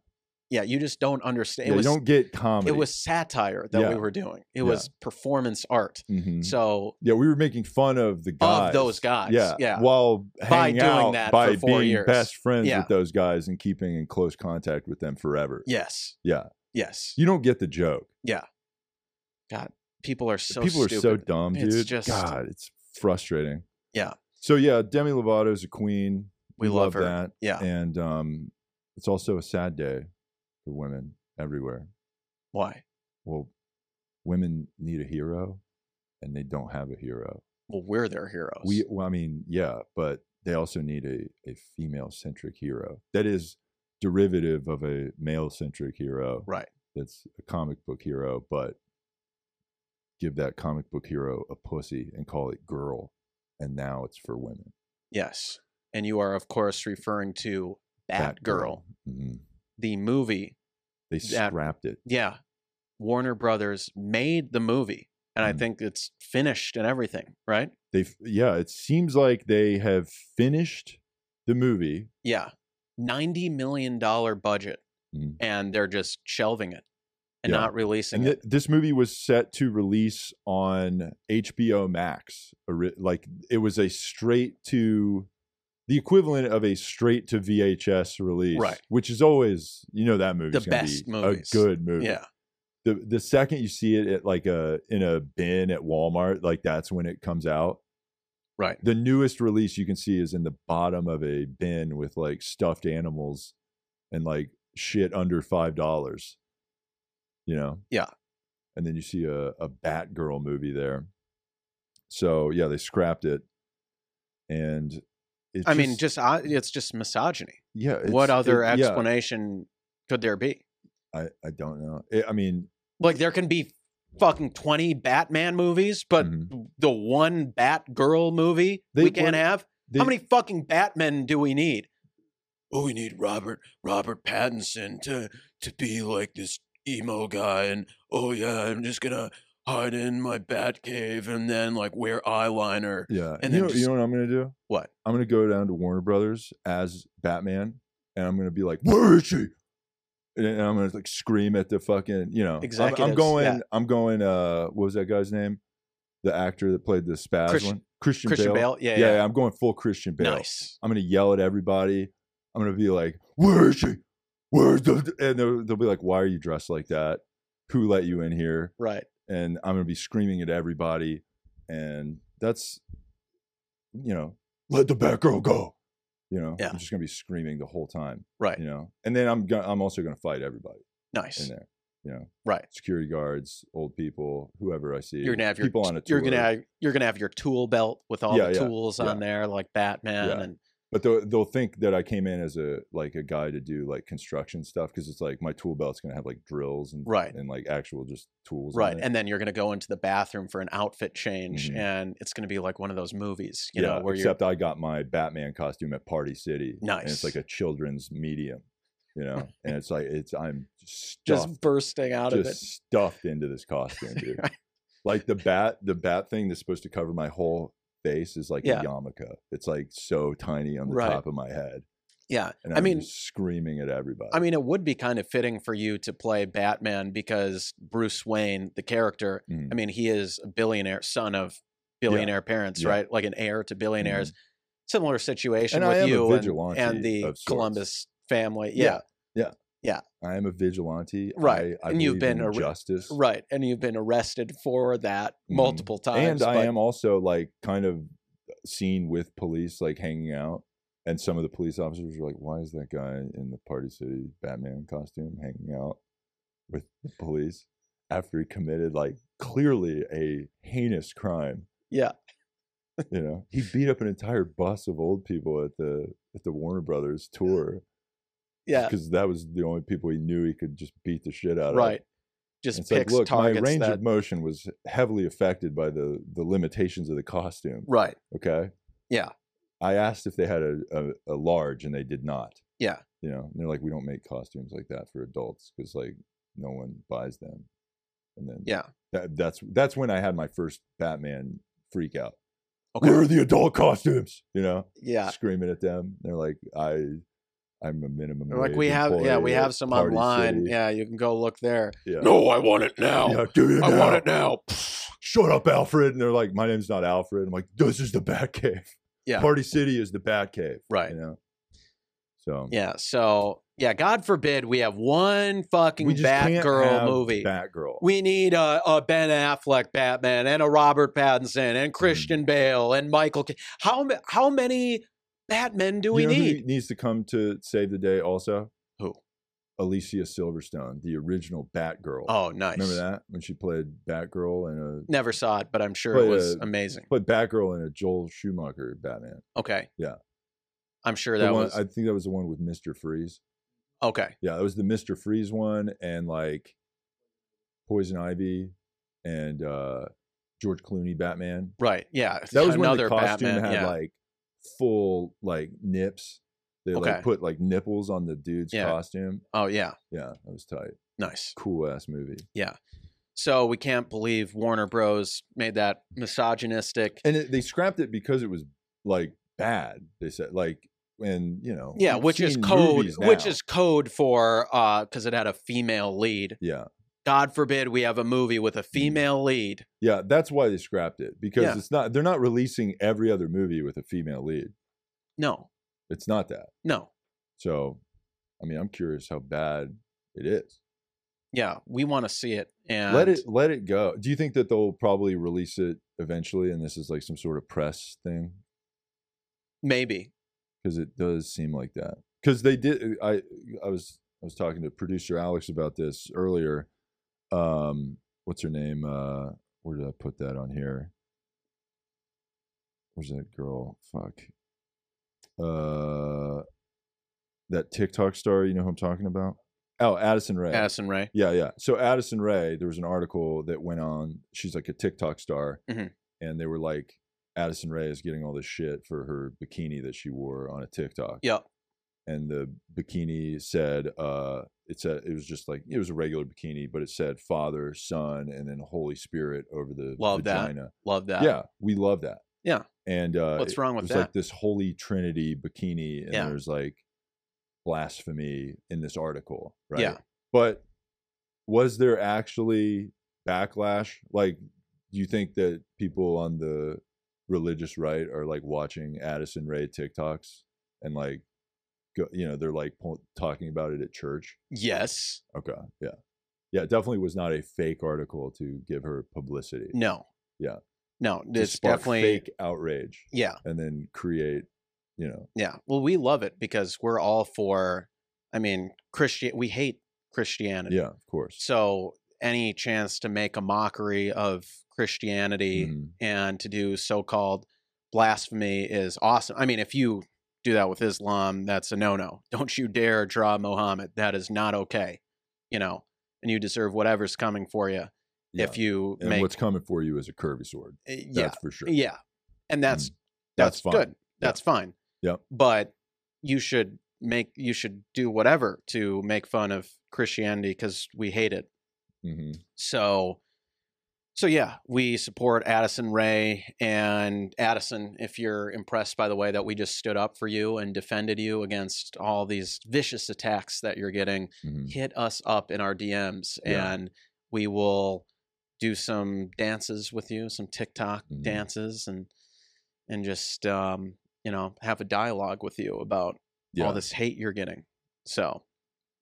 yeah you just don't understand yeah, it was you don't get comedy. it was satire that we Yeah. were doing Yeah. it was performance art Mhm. so yeah, we were making fun of the guys. of those guys Yeah, yeah While hanging doing out that by for four being years. best friends Yeah. with those guys and keeping in close contact with them forever. yes Yeah. yes You don't get the joke. people are so People stupid. are so dumb, dude. It's just- God, it's frustrating. Yeah. So yeah, Demi Lovato is a queen, we, We love love, her that. yeah and um, it's also a sad day for women everywhere. why Well, women need a hero, and they don't have a hero. well we're their heroes We, well, I mean, yeah, but they also need a, a female centric hero that is derivative of a male centric hero. Right. That's a comic book hero, but give that comic book hero a pussy and call it girl, and now it's for women. Yes. And you are, of course, referring to Batgirl, Girl, Mhm. the movie. They That- scrapped it. Yeah. Warner Brothers made the movie. And I Mm. think it's finished and everything, right? They yeah, it seems like they have finished the movie. Yeah. $90 million budget. Mm. And they're just shelving it and Yeah. not releasing And it. th- this movie was set to release on HBO Max. Ori- Like it was a straight to the equivalent of a straight to VHS release, Right. Which is always you know that movie The best movies. a good movie. Yeah. The the second you see it at like a in a bin at Walmart, like that's when it comes out. Right. The newest release you can see is in the bottom of a bin with like stuffed animals and like shit under five dollars. You know? Yeah. And then you see a, a Batgirl movie there. So yeah, they scrapped it. And it's I mean, just uh, it's just misogyny. yeah. it's- what other it- yeah, explanation could there be? I, I don't know. It- I mean, Like there can be fucking 20 Batman movies, but Mhm. the one Batgirl movie They we can't were- have. they, How many fucking Batmen do we need? Oh, we need Robert Robert Pattinson to to be like this emo guy and oh yeah, I'm just going to hide in my bat cave and then like wear eyeliner. Yeah. And you, then know, you just- know what I'm going to do? What? I'm going to go down to Warner Brothers as Batman and I'm going to be like, where is she? And and I'm going to like scream at the fucking, you know, I'm- I'm, Executives, going, yeah. I'm going, uh, what was that guy's name? The actor that played the spaz Christian- one? Christian, Christian Bale? Yeah, Yeah, yeah. I'm going full Christian Bale. Nice. I'm going to yell at everybody. I'm going to be like, where is she? Where's the, and they'll, they'll be like, why are you dressed like that? Who let you in here? Right. and I'm going to be screaming at everybody. And that's, you know, let the bad girl go. You know, Yeah. I'm just going to be screaming the whole time. Right. You know, and then I'm going to I'm also going to fight everybody in Nice. there. You know, Right. security guards, old people, whoever I see. You're gonna have your people on a tour. you're gonna have, you're gonna have your tool belt with all Yeah, the yeah, tools on there, like Batman Yeah. and but they'll, they'll think that I came in as a like a guy to do like construction stuff because it's like my tool belt's going to have like drills and Right. and like actual just tools. on right, it. and then you're gonna go into the bathroom for an outfit change, Mhm. and it's gonna be like one of those movies, you know, where except I got my Batman costume at Party City. And Nice. it's like a children's medium, you know? and it's like, it's, I'm stuffed, you're just just, bursting out of it. stuffed into this costume, dude. like the bat, the bat thing that's supposed to cover my whole face is like Yeah. a yarmulke. It's like so tiny on the Right. top of my head. Yeah, And I I'm mean- just screaming at everybody. I mean, it would be kind of fitting for you to play Batman because Bruce Wayne, the character, Mhm. I mean, he is a billionaire, son of billionaire parents, yeah. Mm-hmm. right? Like an heir to billionaires. Similar situation And I with am a you and, vigilante and the of sorts. Columbus family. yeah, Yeah. I am a vigilante. Right. I, I And you've believe in been a re- justice. Right. And you've been arrested for that Mhm. multiple times. And I but- am also like kind of seen with police, like hanging out. And some of the police officers are like, why is that guy in the Party City Batman costume hanging out with the police after he committed like clearly a heinous crime? Yeah. You know, he beat up an entire bus of old people at the at the Warner Brothers tour. Yeah. Because that was the only people he knew he could just beat the shit out of. Right. Just It's like, picks look, my targets range that. of motion was heavily affected by the the limitations of the costume. right. Okay. Yeah. I asked if they had a, a, a large, and they did not. Yeah. You know, and they're like, we don't make costumes like that for adults because like no one buys them. And then Yeah. that, that's that's when I had my first Batman freak out. Okay. Where are the adult costumes? You know, Yeah. screaming at them. They're like, I, I'm a minimum. They're Like wage we have, yeah, employee we at have some Party online. City." Yeah, you can go look there. Yeah. No, I want it now. Yeah, give me it now. now. shut up, Alfred. And they're like, my name's not Alfred. I'm like, this is the Batcave. Yeah. Party City is the Batcave. Right. You know? So Yeah. So yeah, God forbid we have one fucking we just can't Batgirl have movie. Batgirl. we need a, a Ben Affleck Batman and a Robert Pattinson Mm-hmm. and Christian Bale and Michael. Ca- How ma- how many Batmen do we You know who need? needs to come to save the day also? Who? Alicia Silverstone, the original Batgirl. Oh, nice. Remember that? When she played Batgirl in Never saw it, but I'm sure But, it was uh, amazing. a uh, played Batgirl in a Joel Schumacher Batman. Okay. yeah. I'm sure The that one- was I think that was the one with Mr. Freeze. okay. Yeah, that was the Mr. Freeze one and like Poison Ivy and uh, George Clooney Batman. Right. Yeah. That was when the another costume Batman. had yeah. like full like nips. They Okay. like put like nipples on the dude's Yeah. costume. oh yeah. Yeah, that was tight. Nice. Cool ass movie. So we can't believe Warner Bros. made that misogynistic. And it, they scrapped it because it was like bad. They said like and you know yeah, we've which is seen code. movies Which now. is code for because it had a female lead. yeah God forbid we have a movie with Mm. a female lead. yeah that's why they scrapped it because Yeah. it's not they're not releasing every other movie with a female lead. No. It's not that. No. So, I mean, I'm curious how bad it is. Yeah, we want to see it. And let it let it go. Do you think that they'll probably release it eventually, and this is like some sort of press thing? maybe. Because it does seem like that. Because they did. I I was I was talking to producer Alex about this earlier. Um, what's her name? Uh, where did I put that on here? Where's that girl? Fuck. Uh, that TikTok star. You know who I'm talking about? Oh, Addison Rae. Addison Ray. Yeah, yeah. So Addison Ray, there was an article that went on. She's like a TikTok star, Mhm. and they were like, Addison Ray is getting all this shit for her bikini that she wore on a TikTok. Yeah. And the bikini said, uh, it said it was just like it was a regular bikini, but it said Father, Son, and then Holy Spirit over the Love that. vagina. Love that. Yeah, we love that. Yeah. And uh, What's it- wrong it with was like that? this Holy Trinity bikini, and Yeah. there's like blasphemy in this article, right? Yeah. But was there actually backlash? Like, do you think that people on the religious right are like watching Addison Ray TikToks and like, go, you know, they're like po- talking about it at church? Yes. Okay. Yeah. Yeah. It definitely was not a fake article to give her publicity. No. Yeah. No. to Mm, It's spark definitely. fake outrage Yeah. and then create, you know, Yeah. Well, we love it because we're all for. I mean, Christian. We hate Christianity. yeah, of course. So any chance to make a mockery of Christianity Mhm. and to do so-called blasphemy is awesome. I mean, if you do that with Islam, that's a no-no. Don't you dare draw Muhammad. That is not okay. You know, and you deserve whatever's coming for you Yeah. if you and make. what's coming for you is a curvy sword. Uh, yeah. That's Mm-hmm. for sure. Yeah. And that's That's that's, fine. good. That's fine. Yep. But you should make you should do whatever to make fun of Christianity because we hate it. hmm So so yeah, we support Addison Ray and Addison, if you're impressed by the way that we just stood up for you and defended you against all these vicious attacks that you're getting, hmm hit us up in our DMs Yeah. and we will do some dances with you, some TikTok Mhm. dances and and just um, you know, have a dialogue with you about Yeah. all this hate you're getting. So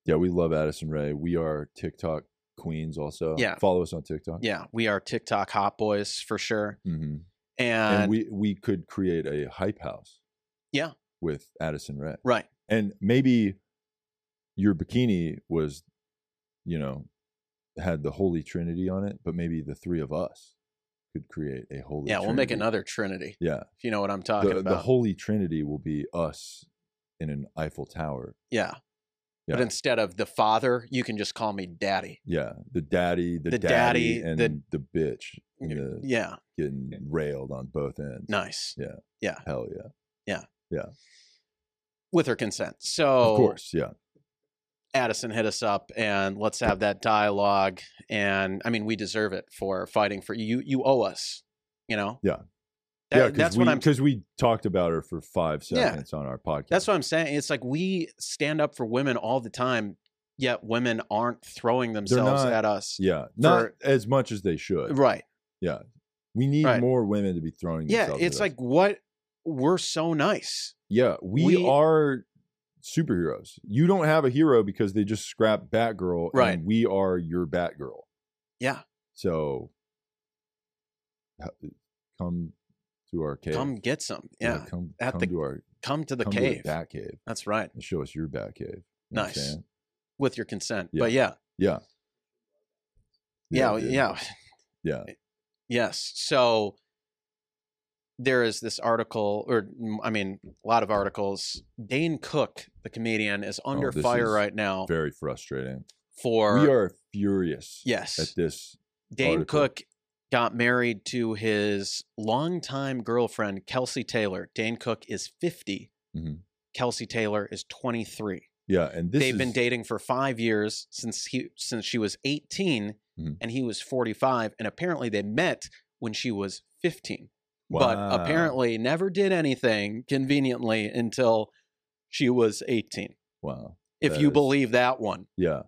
yeah. We love Addison Ray. We are TikTok queens also. Yeah. Follow us on TikTok. yeah, we are TikTok hot boys for sure. hmm And, And we, we could create a hype house. Yeah. With Addison Ray. right. And maybe your bikini was, you know, had the Holy Trinity on it, but maybe the three of us could create a Holy Yeah, we'll make Trinity. another Trinity Yeah. if you know what I'm talking The, about. the Holy Trinity will be us in an Eiffel Tower. yeah. But Yeah. instead of the father, you can just call me daddy. Yeah. The daddy, the, The daddy, daddy, and the, the- bitch and the, yeah, getting railed on both ends. nice. Hell yeah. With her consent. So Of course. Yeah. Addison hit us up and let's have that dialogue. And I mean, we deserve it for fighting for you. You owe us, you know? Yeah. That- yeah. that's we, what I'm, Because we talked about her for five Yeah. seconds on our podcast. that's what I'm saying. It's like we stand up for women all the time, yet women aren't throwing themselves not- at us. Yeah. Not as much as they should. Right. We need Right. more women to be throwing Yeah. themselves at It's us. like, what? We're so nice. Yeah, we, We- are superheroes. You don't have a hero because they just scrapped Batgirl, Right. And we are your Batgirl. Yeah. So h- come to our cave. Come get some. Yeah. come At come the to our Come to the come cave. to the Batcave That's right. and show us your Batcave. You know what I'm Nice. saying? With your consent. Yeah. But yeah. Yeah. Yeah. dude. Yeah. Yeah. Yes. So there is this article, or mm, I mean, a lot of articles. Dane Cook, the comedian, is under Oh, this fire is right now Very frustrating. for we are furious yes, at this. Dane article. Cook got married to his longtime girlfriend, Kelsey Taylor. Dane Cook is 50. Mhm. Kelsey Taylor is 23. Yeah, and this They've been is- dating for five years since he since she was 18 Mhm. and he was 45. And apparently they met when she was 15. Wow. But apparently never did anything conveniently until she was 18. wow, If That you is- believe that one. yeah,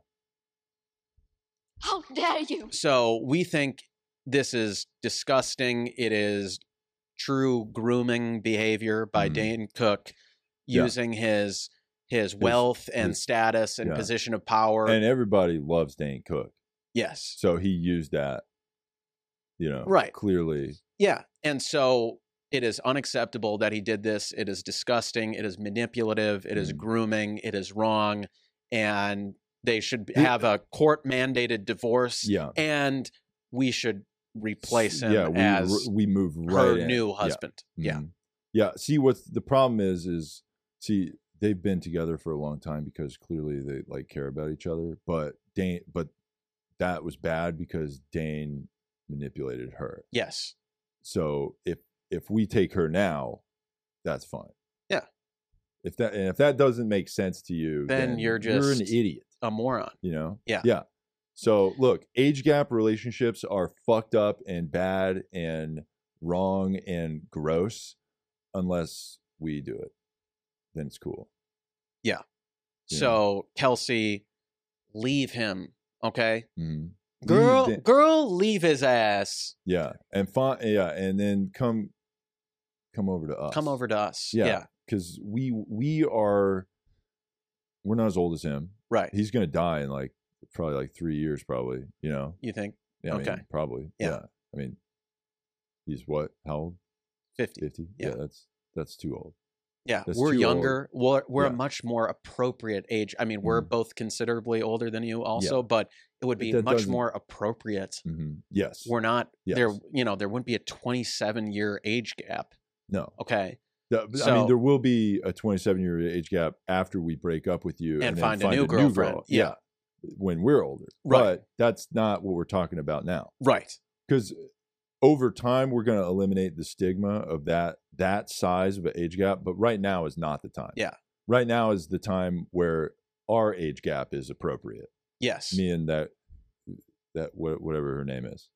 How dare you? So we think this is disgusting. It is true grooming behavior by Mhm. Dane Cook Yeah. using his his wealth and his- status and yeah. position of power. and everybody loves Dane Cook, yes. so he used that, you know, Right. Clearly, Yeah. And so it is unacceptable that he did this. It is disgusting. It is manipulative. It is Mhm. grooming. It is wrong. And they should b- Yeah. have a court mandated divorce. yeah, And we should replace S- him Yeah, we, r- as we move right her in. new Yeah. husband. Yeah. Mhm. Yeah. See, what's the problem is, is see, they've been together for a long time because clearly they like care about each other. But Dane, but that was bad because Dane manipulated her. Yes. So if if we take her now, that's fine. Yeah. If that and if that doesn't make sense to you, Then you're you're an just- idiot. A moron. You know. Yeah. Yeah. So look, age gap relationships are fucked up and bad and wrong and gross unless we do it. Then it's cool. Yeah. So Kelsey, leave him. Okay. Mhm. Leave Girl Dan- girl, leave his ass. yeah, and fine. Yeah, and then come, come over to us. Come over to us. Yeah. yeah. because we we are we're not as old as him. Right. He's gonna die in like probably like three years, probably. You know. You think? Yeah, I mean, Okay. probably. Yeah. I mean, he's what? How old? 50. Fifty. Yeah. That's that's too old. Yeah, That's we're too old. younger. We're we're a Yeah. much more appropriate age. I mean, we're Mhm. both considerably older than you, also, but it would But be that much doesn't- more appropriate. hmm Yes. We're not there. Yes. You know, there wouldn't be a twenty-seven year age gap. no. Okay, The- but I So- mean, there will be a 27 year age gap after we break up with you And then find a new girlfriend. girl. Yeah. When we're older. Right. But that's not what we're talking about now. right. because over time we're going to eliminate the stigma of that that size of an age gap but right now is not the time Yeah. right now is the time where our age gap is appropriate Yes, me and that that wha- whatever her name is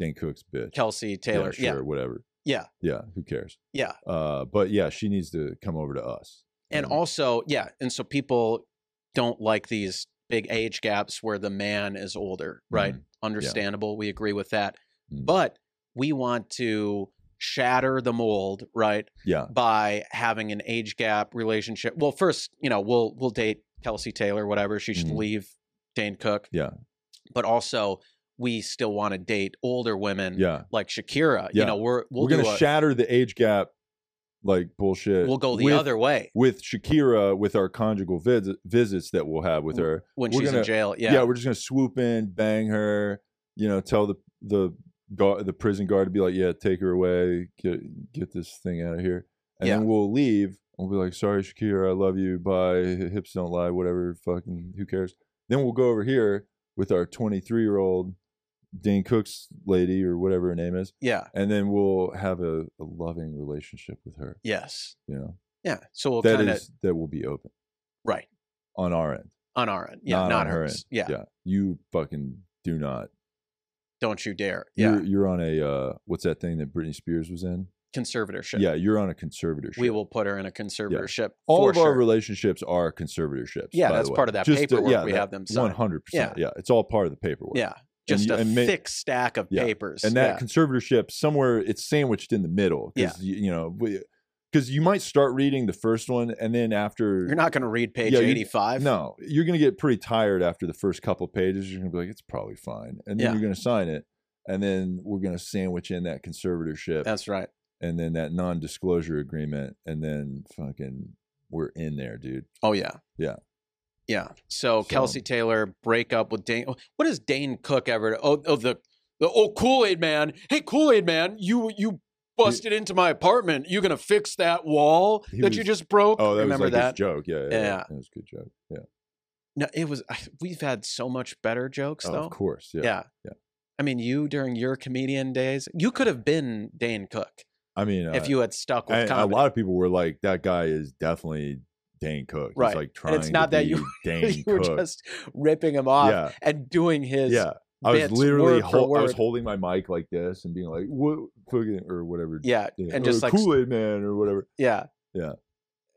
dan cook's bitch Kelsey Taylor. yeah Yeah, sure whatever Yeah. yeah who cares Yeah. uh but yeah she needs to come over to us and also yeah, and so people don't like these big age gaps where the man is older. Right, Mhm. understandable. We agree with that, Mm. but we want to shatter the mold. Right, Mm-hmm. yeah by having an age gap relationship. Well, first, you know, we'll we'll date Kelsey Taylor, whatever. She should Mhm. leave Dane Cook. Yeah. But also, we still want to date older women yeah like Shakira. You Yeah. know, we're Mm-hmm. we'll we're gonna do a, shatter the age gap like bullshit we'll go the with- other way with Shakira with our conjugal vis- visits that we'll have with her. when we're she's in gonna- jail. Yeah. Yeah. we're just gonna swoop in, bang her, you know, tell the the guard, the prison guard to be like, yeah, take her away, get get this thing out of here, and Yeah. then we'll leave. and We'll be like, sorry, Shakira, I love you. Bye. Hips don't lie. Whatever. Fucking who cares? Then we'll go over here with our 23 year old Dane Cook's lady or whatever her name is, yeah. and then we'll have a, a loving relationship with her. Yes. You know, Yeah. So we'll that kind of is that will be open right on our end. on our end. Yeah. Not Not, on her hers. end. Yeah. yeah you fucking do not Don't you dare. Yeah. you're, you're on a uh what's that thing that britney spears was in conservatorship. yeah you're on a conservatorship We will put her in a conservatorship. all for of sure. our relationships are conservatorships Yeah, by the that's way. part of that Just, uh, paperwork yeah, we that have them sign. 100% yeah. Yeah. it's all part of the paperwork Yeah. Just you- a and ma- thick stack of Yeah. papers. and Yeah. that conservatorship somewhere it's sandwiched in the middle Yeah. because you, you know because you might start reading the first one and then after You're not going to read page Yeah, you- 85. No, you're going to get pretty tired after the first couple pages. You're going to be like, it's probably fine. And then Yeah. you're going to sign it. And then we're going to sandwich in that conservatorship That's right. and then that non disclosure agreement. And then fucking we're in there, dude. Oh, yeah. Yeah. Yeah. So, So- Kelsey Taylor break up with Dane. Oh, What is Dane Cook ever? Oh, oh the, the oh Kool Aid Man. Hey, Kool Aid Man, you you busted into my apartment. You gonna fix that wall He that you was- just broke? Oh, that Remember was like that? his joke. Yeah, yeah, Yeah. That was a good joke. Yeah. No, it was. We've had so much better jokes Oh, though. of course. Yeah. Yeah. Yeah. I mean, you during your comedian days, you could have been Dane Cook I mean, uh, if you had stuck with and a comedy. lot of people were like, "That guy is definitely Dane Cook." He's Right. like trying. And it's not to that you- be Dane you were Cook. just ripping him off yeah, and doing his. yeah. I was bits literally word for hol- I was word. holding my mic like this and being like, "What fucking or whatever." Yeah, yeah, and or just like s- Kool Aid Man or whatever. yeah, Yeah.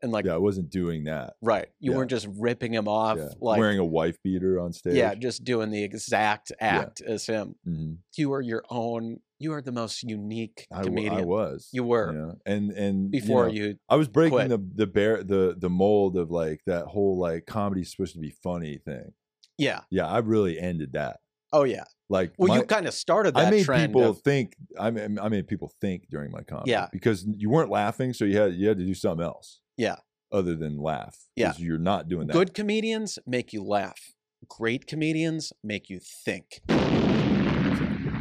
and like yeah, I wasn't doing that. right, you Yeah. weren't just ripping him off Yeah. like Wearing a wife beater on stage. yeah, just doing the exact act as him. Mhm. You are your own. You are the most unique I, w- comedian I was. You were. know? and and before know, you. I was breaking quit. the the bear the the mold of like that whole like comedy's supposed to be funny thing. Yeah. Yeah, I really ended that. Oh yeah. Like Well, my- you kind of started that I made trend. people of- think. I mean, I made people think during my comedy. Yeah. because you weren't laughing, so you had you had to do something else. Yeah. other than laugh. Yeah. 'cause you're not doing that. good comedians make you laugh. Great comedians make you think.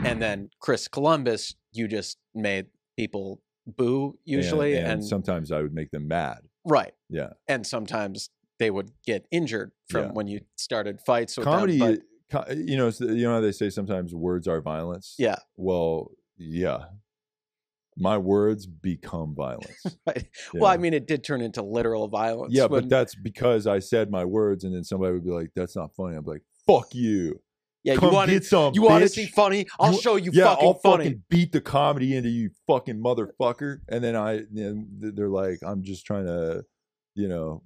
And then Chris Columbus, you just made people boo And- usually, and, and, sometimes I would make them mad. right, Yeah. and sometimes they would get injured from Yeah. when you started fights with Comedy, them. but- co- you know, it's- you know how they say sometimes words are violence. Yeah. Well, yeah. My words become violence. Right. Yeah. Well, I mean, it did turn into literal violence. yeah, when- but that's because I said my words, and then somebody would be like, "That's not funny." I'm like, "Fuck you! yeah, you Come want get to some. you want to bitch." see funny? I'll You- show you yeah, fucking I'll funny. fucking beat the comedy into you, fucking motherfucker. And then I, then they're like, I'm just trying to, you know,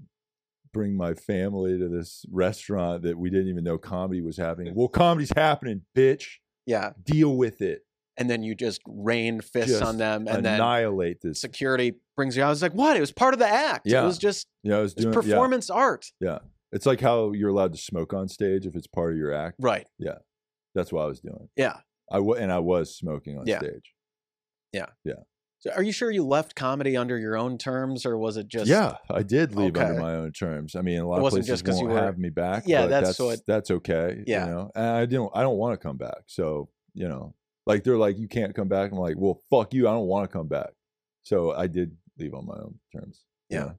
bring my family to this restaurant that we didn't even know comedy was happening. Well, comedy's happening, bitch. yeah, Deal with it. and then you just rain fists Just on them, and then Annihilate this. security brings you out. I was like, what? It was part of the act. Yeah. It was just Yeah, I was it's doing. Yeah. performance art. It's like how you're allowed to smoke on stage if it's part of your act. Right. That's what I was doing. Yeah. I w- and I was smoking on Yeah. stage. So are you sure you left comedy under your own terms or was it just yeah, I did leave under Okay. my own terms. I mean, a lot of wasn't places just 'cause won't you were- have me back. Yeah, but that's that's what- that's okay. Yeah. you know, and I don't I don't want to come back. So you know, like they're like you can't come back. I'm like, well, fuck you. I don't want to come back. So I did leave on my own terms. you Yeah. know?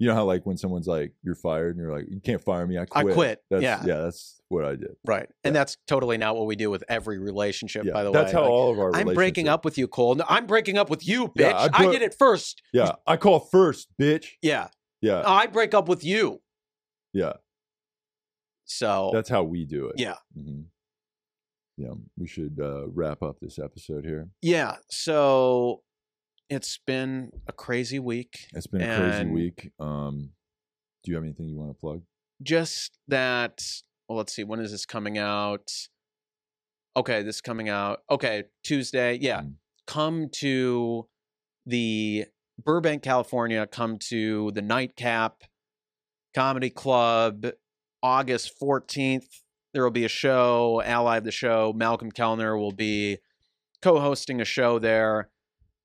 You know how like when someone's like you're fired and you're like you can't fire me I I quit quit. that's, Yeah. yeah that's what I did Right. And that's totally not what we do with every relationship, yeah by the that's way. how Like, all of our I'm breaking relationship- up with you, Cole. No, I'm breaking up with you, bitch. Yeah, I I, put- did it first. yeah I call first bitch Yeah. yeah I break up with you. Yeah. So that's how we do it yeah. hmm Yeah, we should uh, wrap up this episode here. Yeah. So it's been a crazy week. It's been a And- crazy week. Um, do you have anything you want to plug? just that well let's see when is this coming out okay this is coming out okay tuesday yeah Mm. come to the burbank california come to the nightcap comedy club august 14th there will be a show ally of the show malcolm kellner will be co-hosting a show there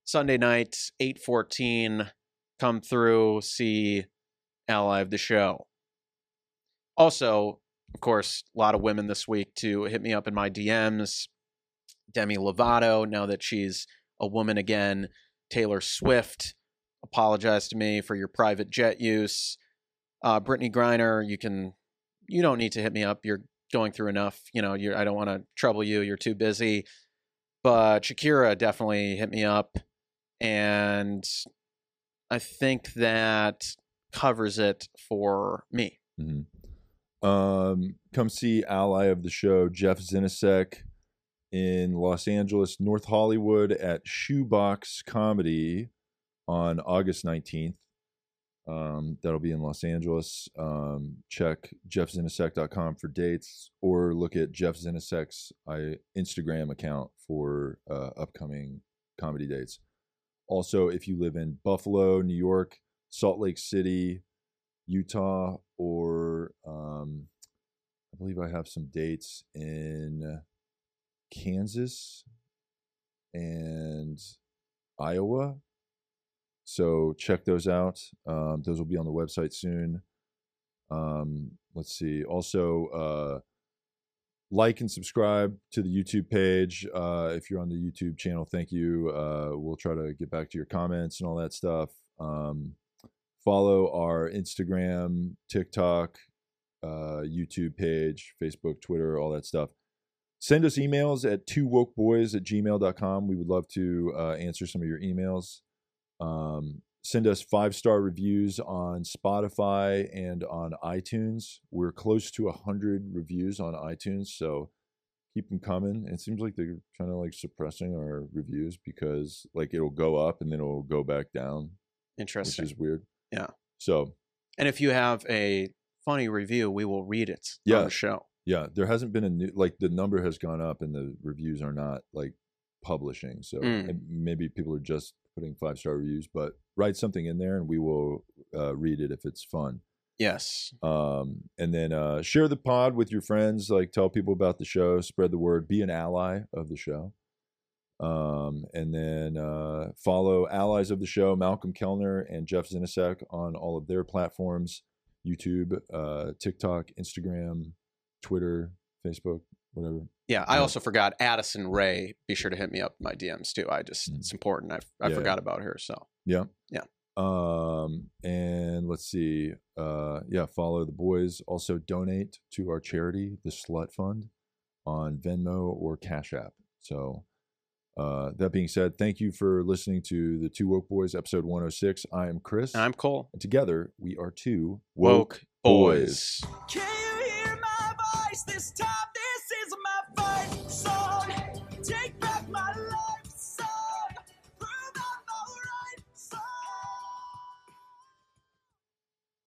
sunday night 8.14 come through see ally of the show also, of course, a lot of women this week to hit me up in my DMs. Demi Lovato, now that she's a woman again. Taylor Swift, apologize to me for your private jet use. Uh, Brittany Griner, you can, you don't need to hit me up. You're going through enough. You know, you're, I don't want to trouble you. You're too busy. But Shakira definitely hit me up, and I think that covers it for me. Mm-hmm. Um, come see ally of the show Jeff Zinasek in Los Angeles, North Hollywood at Shoebox Comedy on August nineteenth. Um, that'll be in Los Angeles. Um, check jeffzinasek.com for dates or look at Jeff Zinasek's I, Instagram account for uh, upcoming comedy dates. Also, if you live in Buffalo, New York, Salt Lake City, Utah, or um, I believe I have some dates in Kansas and Iowa. So check those out. Um, those will be on the website soon. Um, let's see. Also, uh, like and subscribe to the YouTube page. Uh, if you're on the YouTube channel, thank you. Uh, we'll try to get back to your comments and all that stuff. Um, follow our Instagram, TikTok, uh, YouTube page, Facebook, Twitter, all that stuff. Send us emails at two woke boys at gmail.com. We would love to uh, answer some of your emails. Um, send us five star reviews on Spotify and on iTunes. We're close to 100 reviews on iTunes, so keep them coming. It seems like they're kind of like suppressing our reviews because like it'll go up and then it'll go back down, which Interesting. is weird. Yeah. So, and if you have a funny review, we will read it on Yeah. the show. yeah, there hasn't been a new like the number has gone up and the reviews are not like publishing. So Mm. and maybe people are just putting five star reviews, but write something in there and we will uh, read it if it's fun. Yes. um, and then uh, share the pod with your friends like tell people about the show spread the word be an ally of the show um, and then uh, follow allies of the show malcolm kellner and jeff zinasek on all of their platforms youtube uh, tiktok instagram twitter facebook whatever Yeah. I Yeah. also forgot Addison Ray. Be sure to hit me up in my DMs too. I just Mm. it's important. I, I Yeah. forgot about her. So um and let's see uh yeah follow the boys also donate to our charity the slut fund on venmo or cash app so uh that being said thank you for listening to the two woke boys episode 106 i am chris and I'm Cole. and together we are two Woke, boys. boys. Can you hear my voice this time?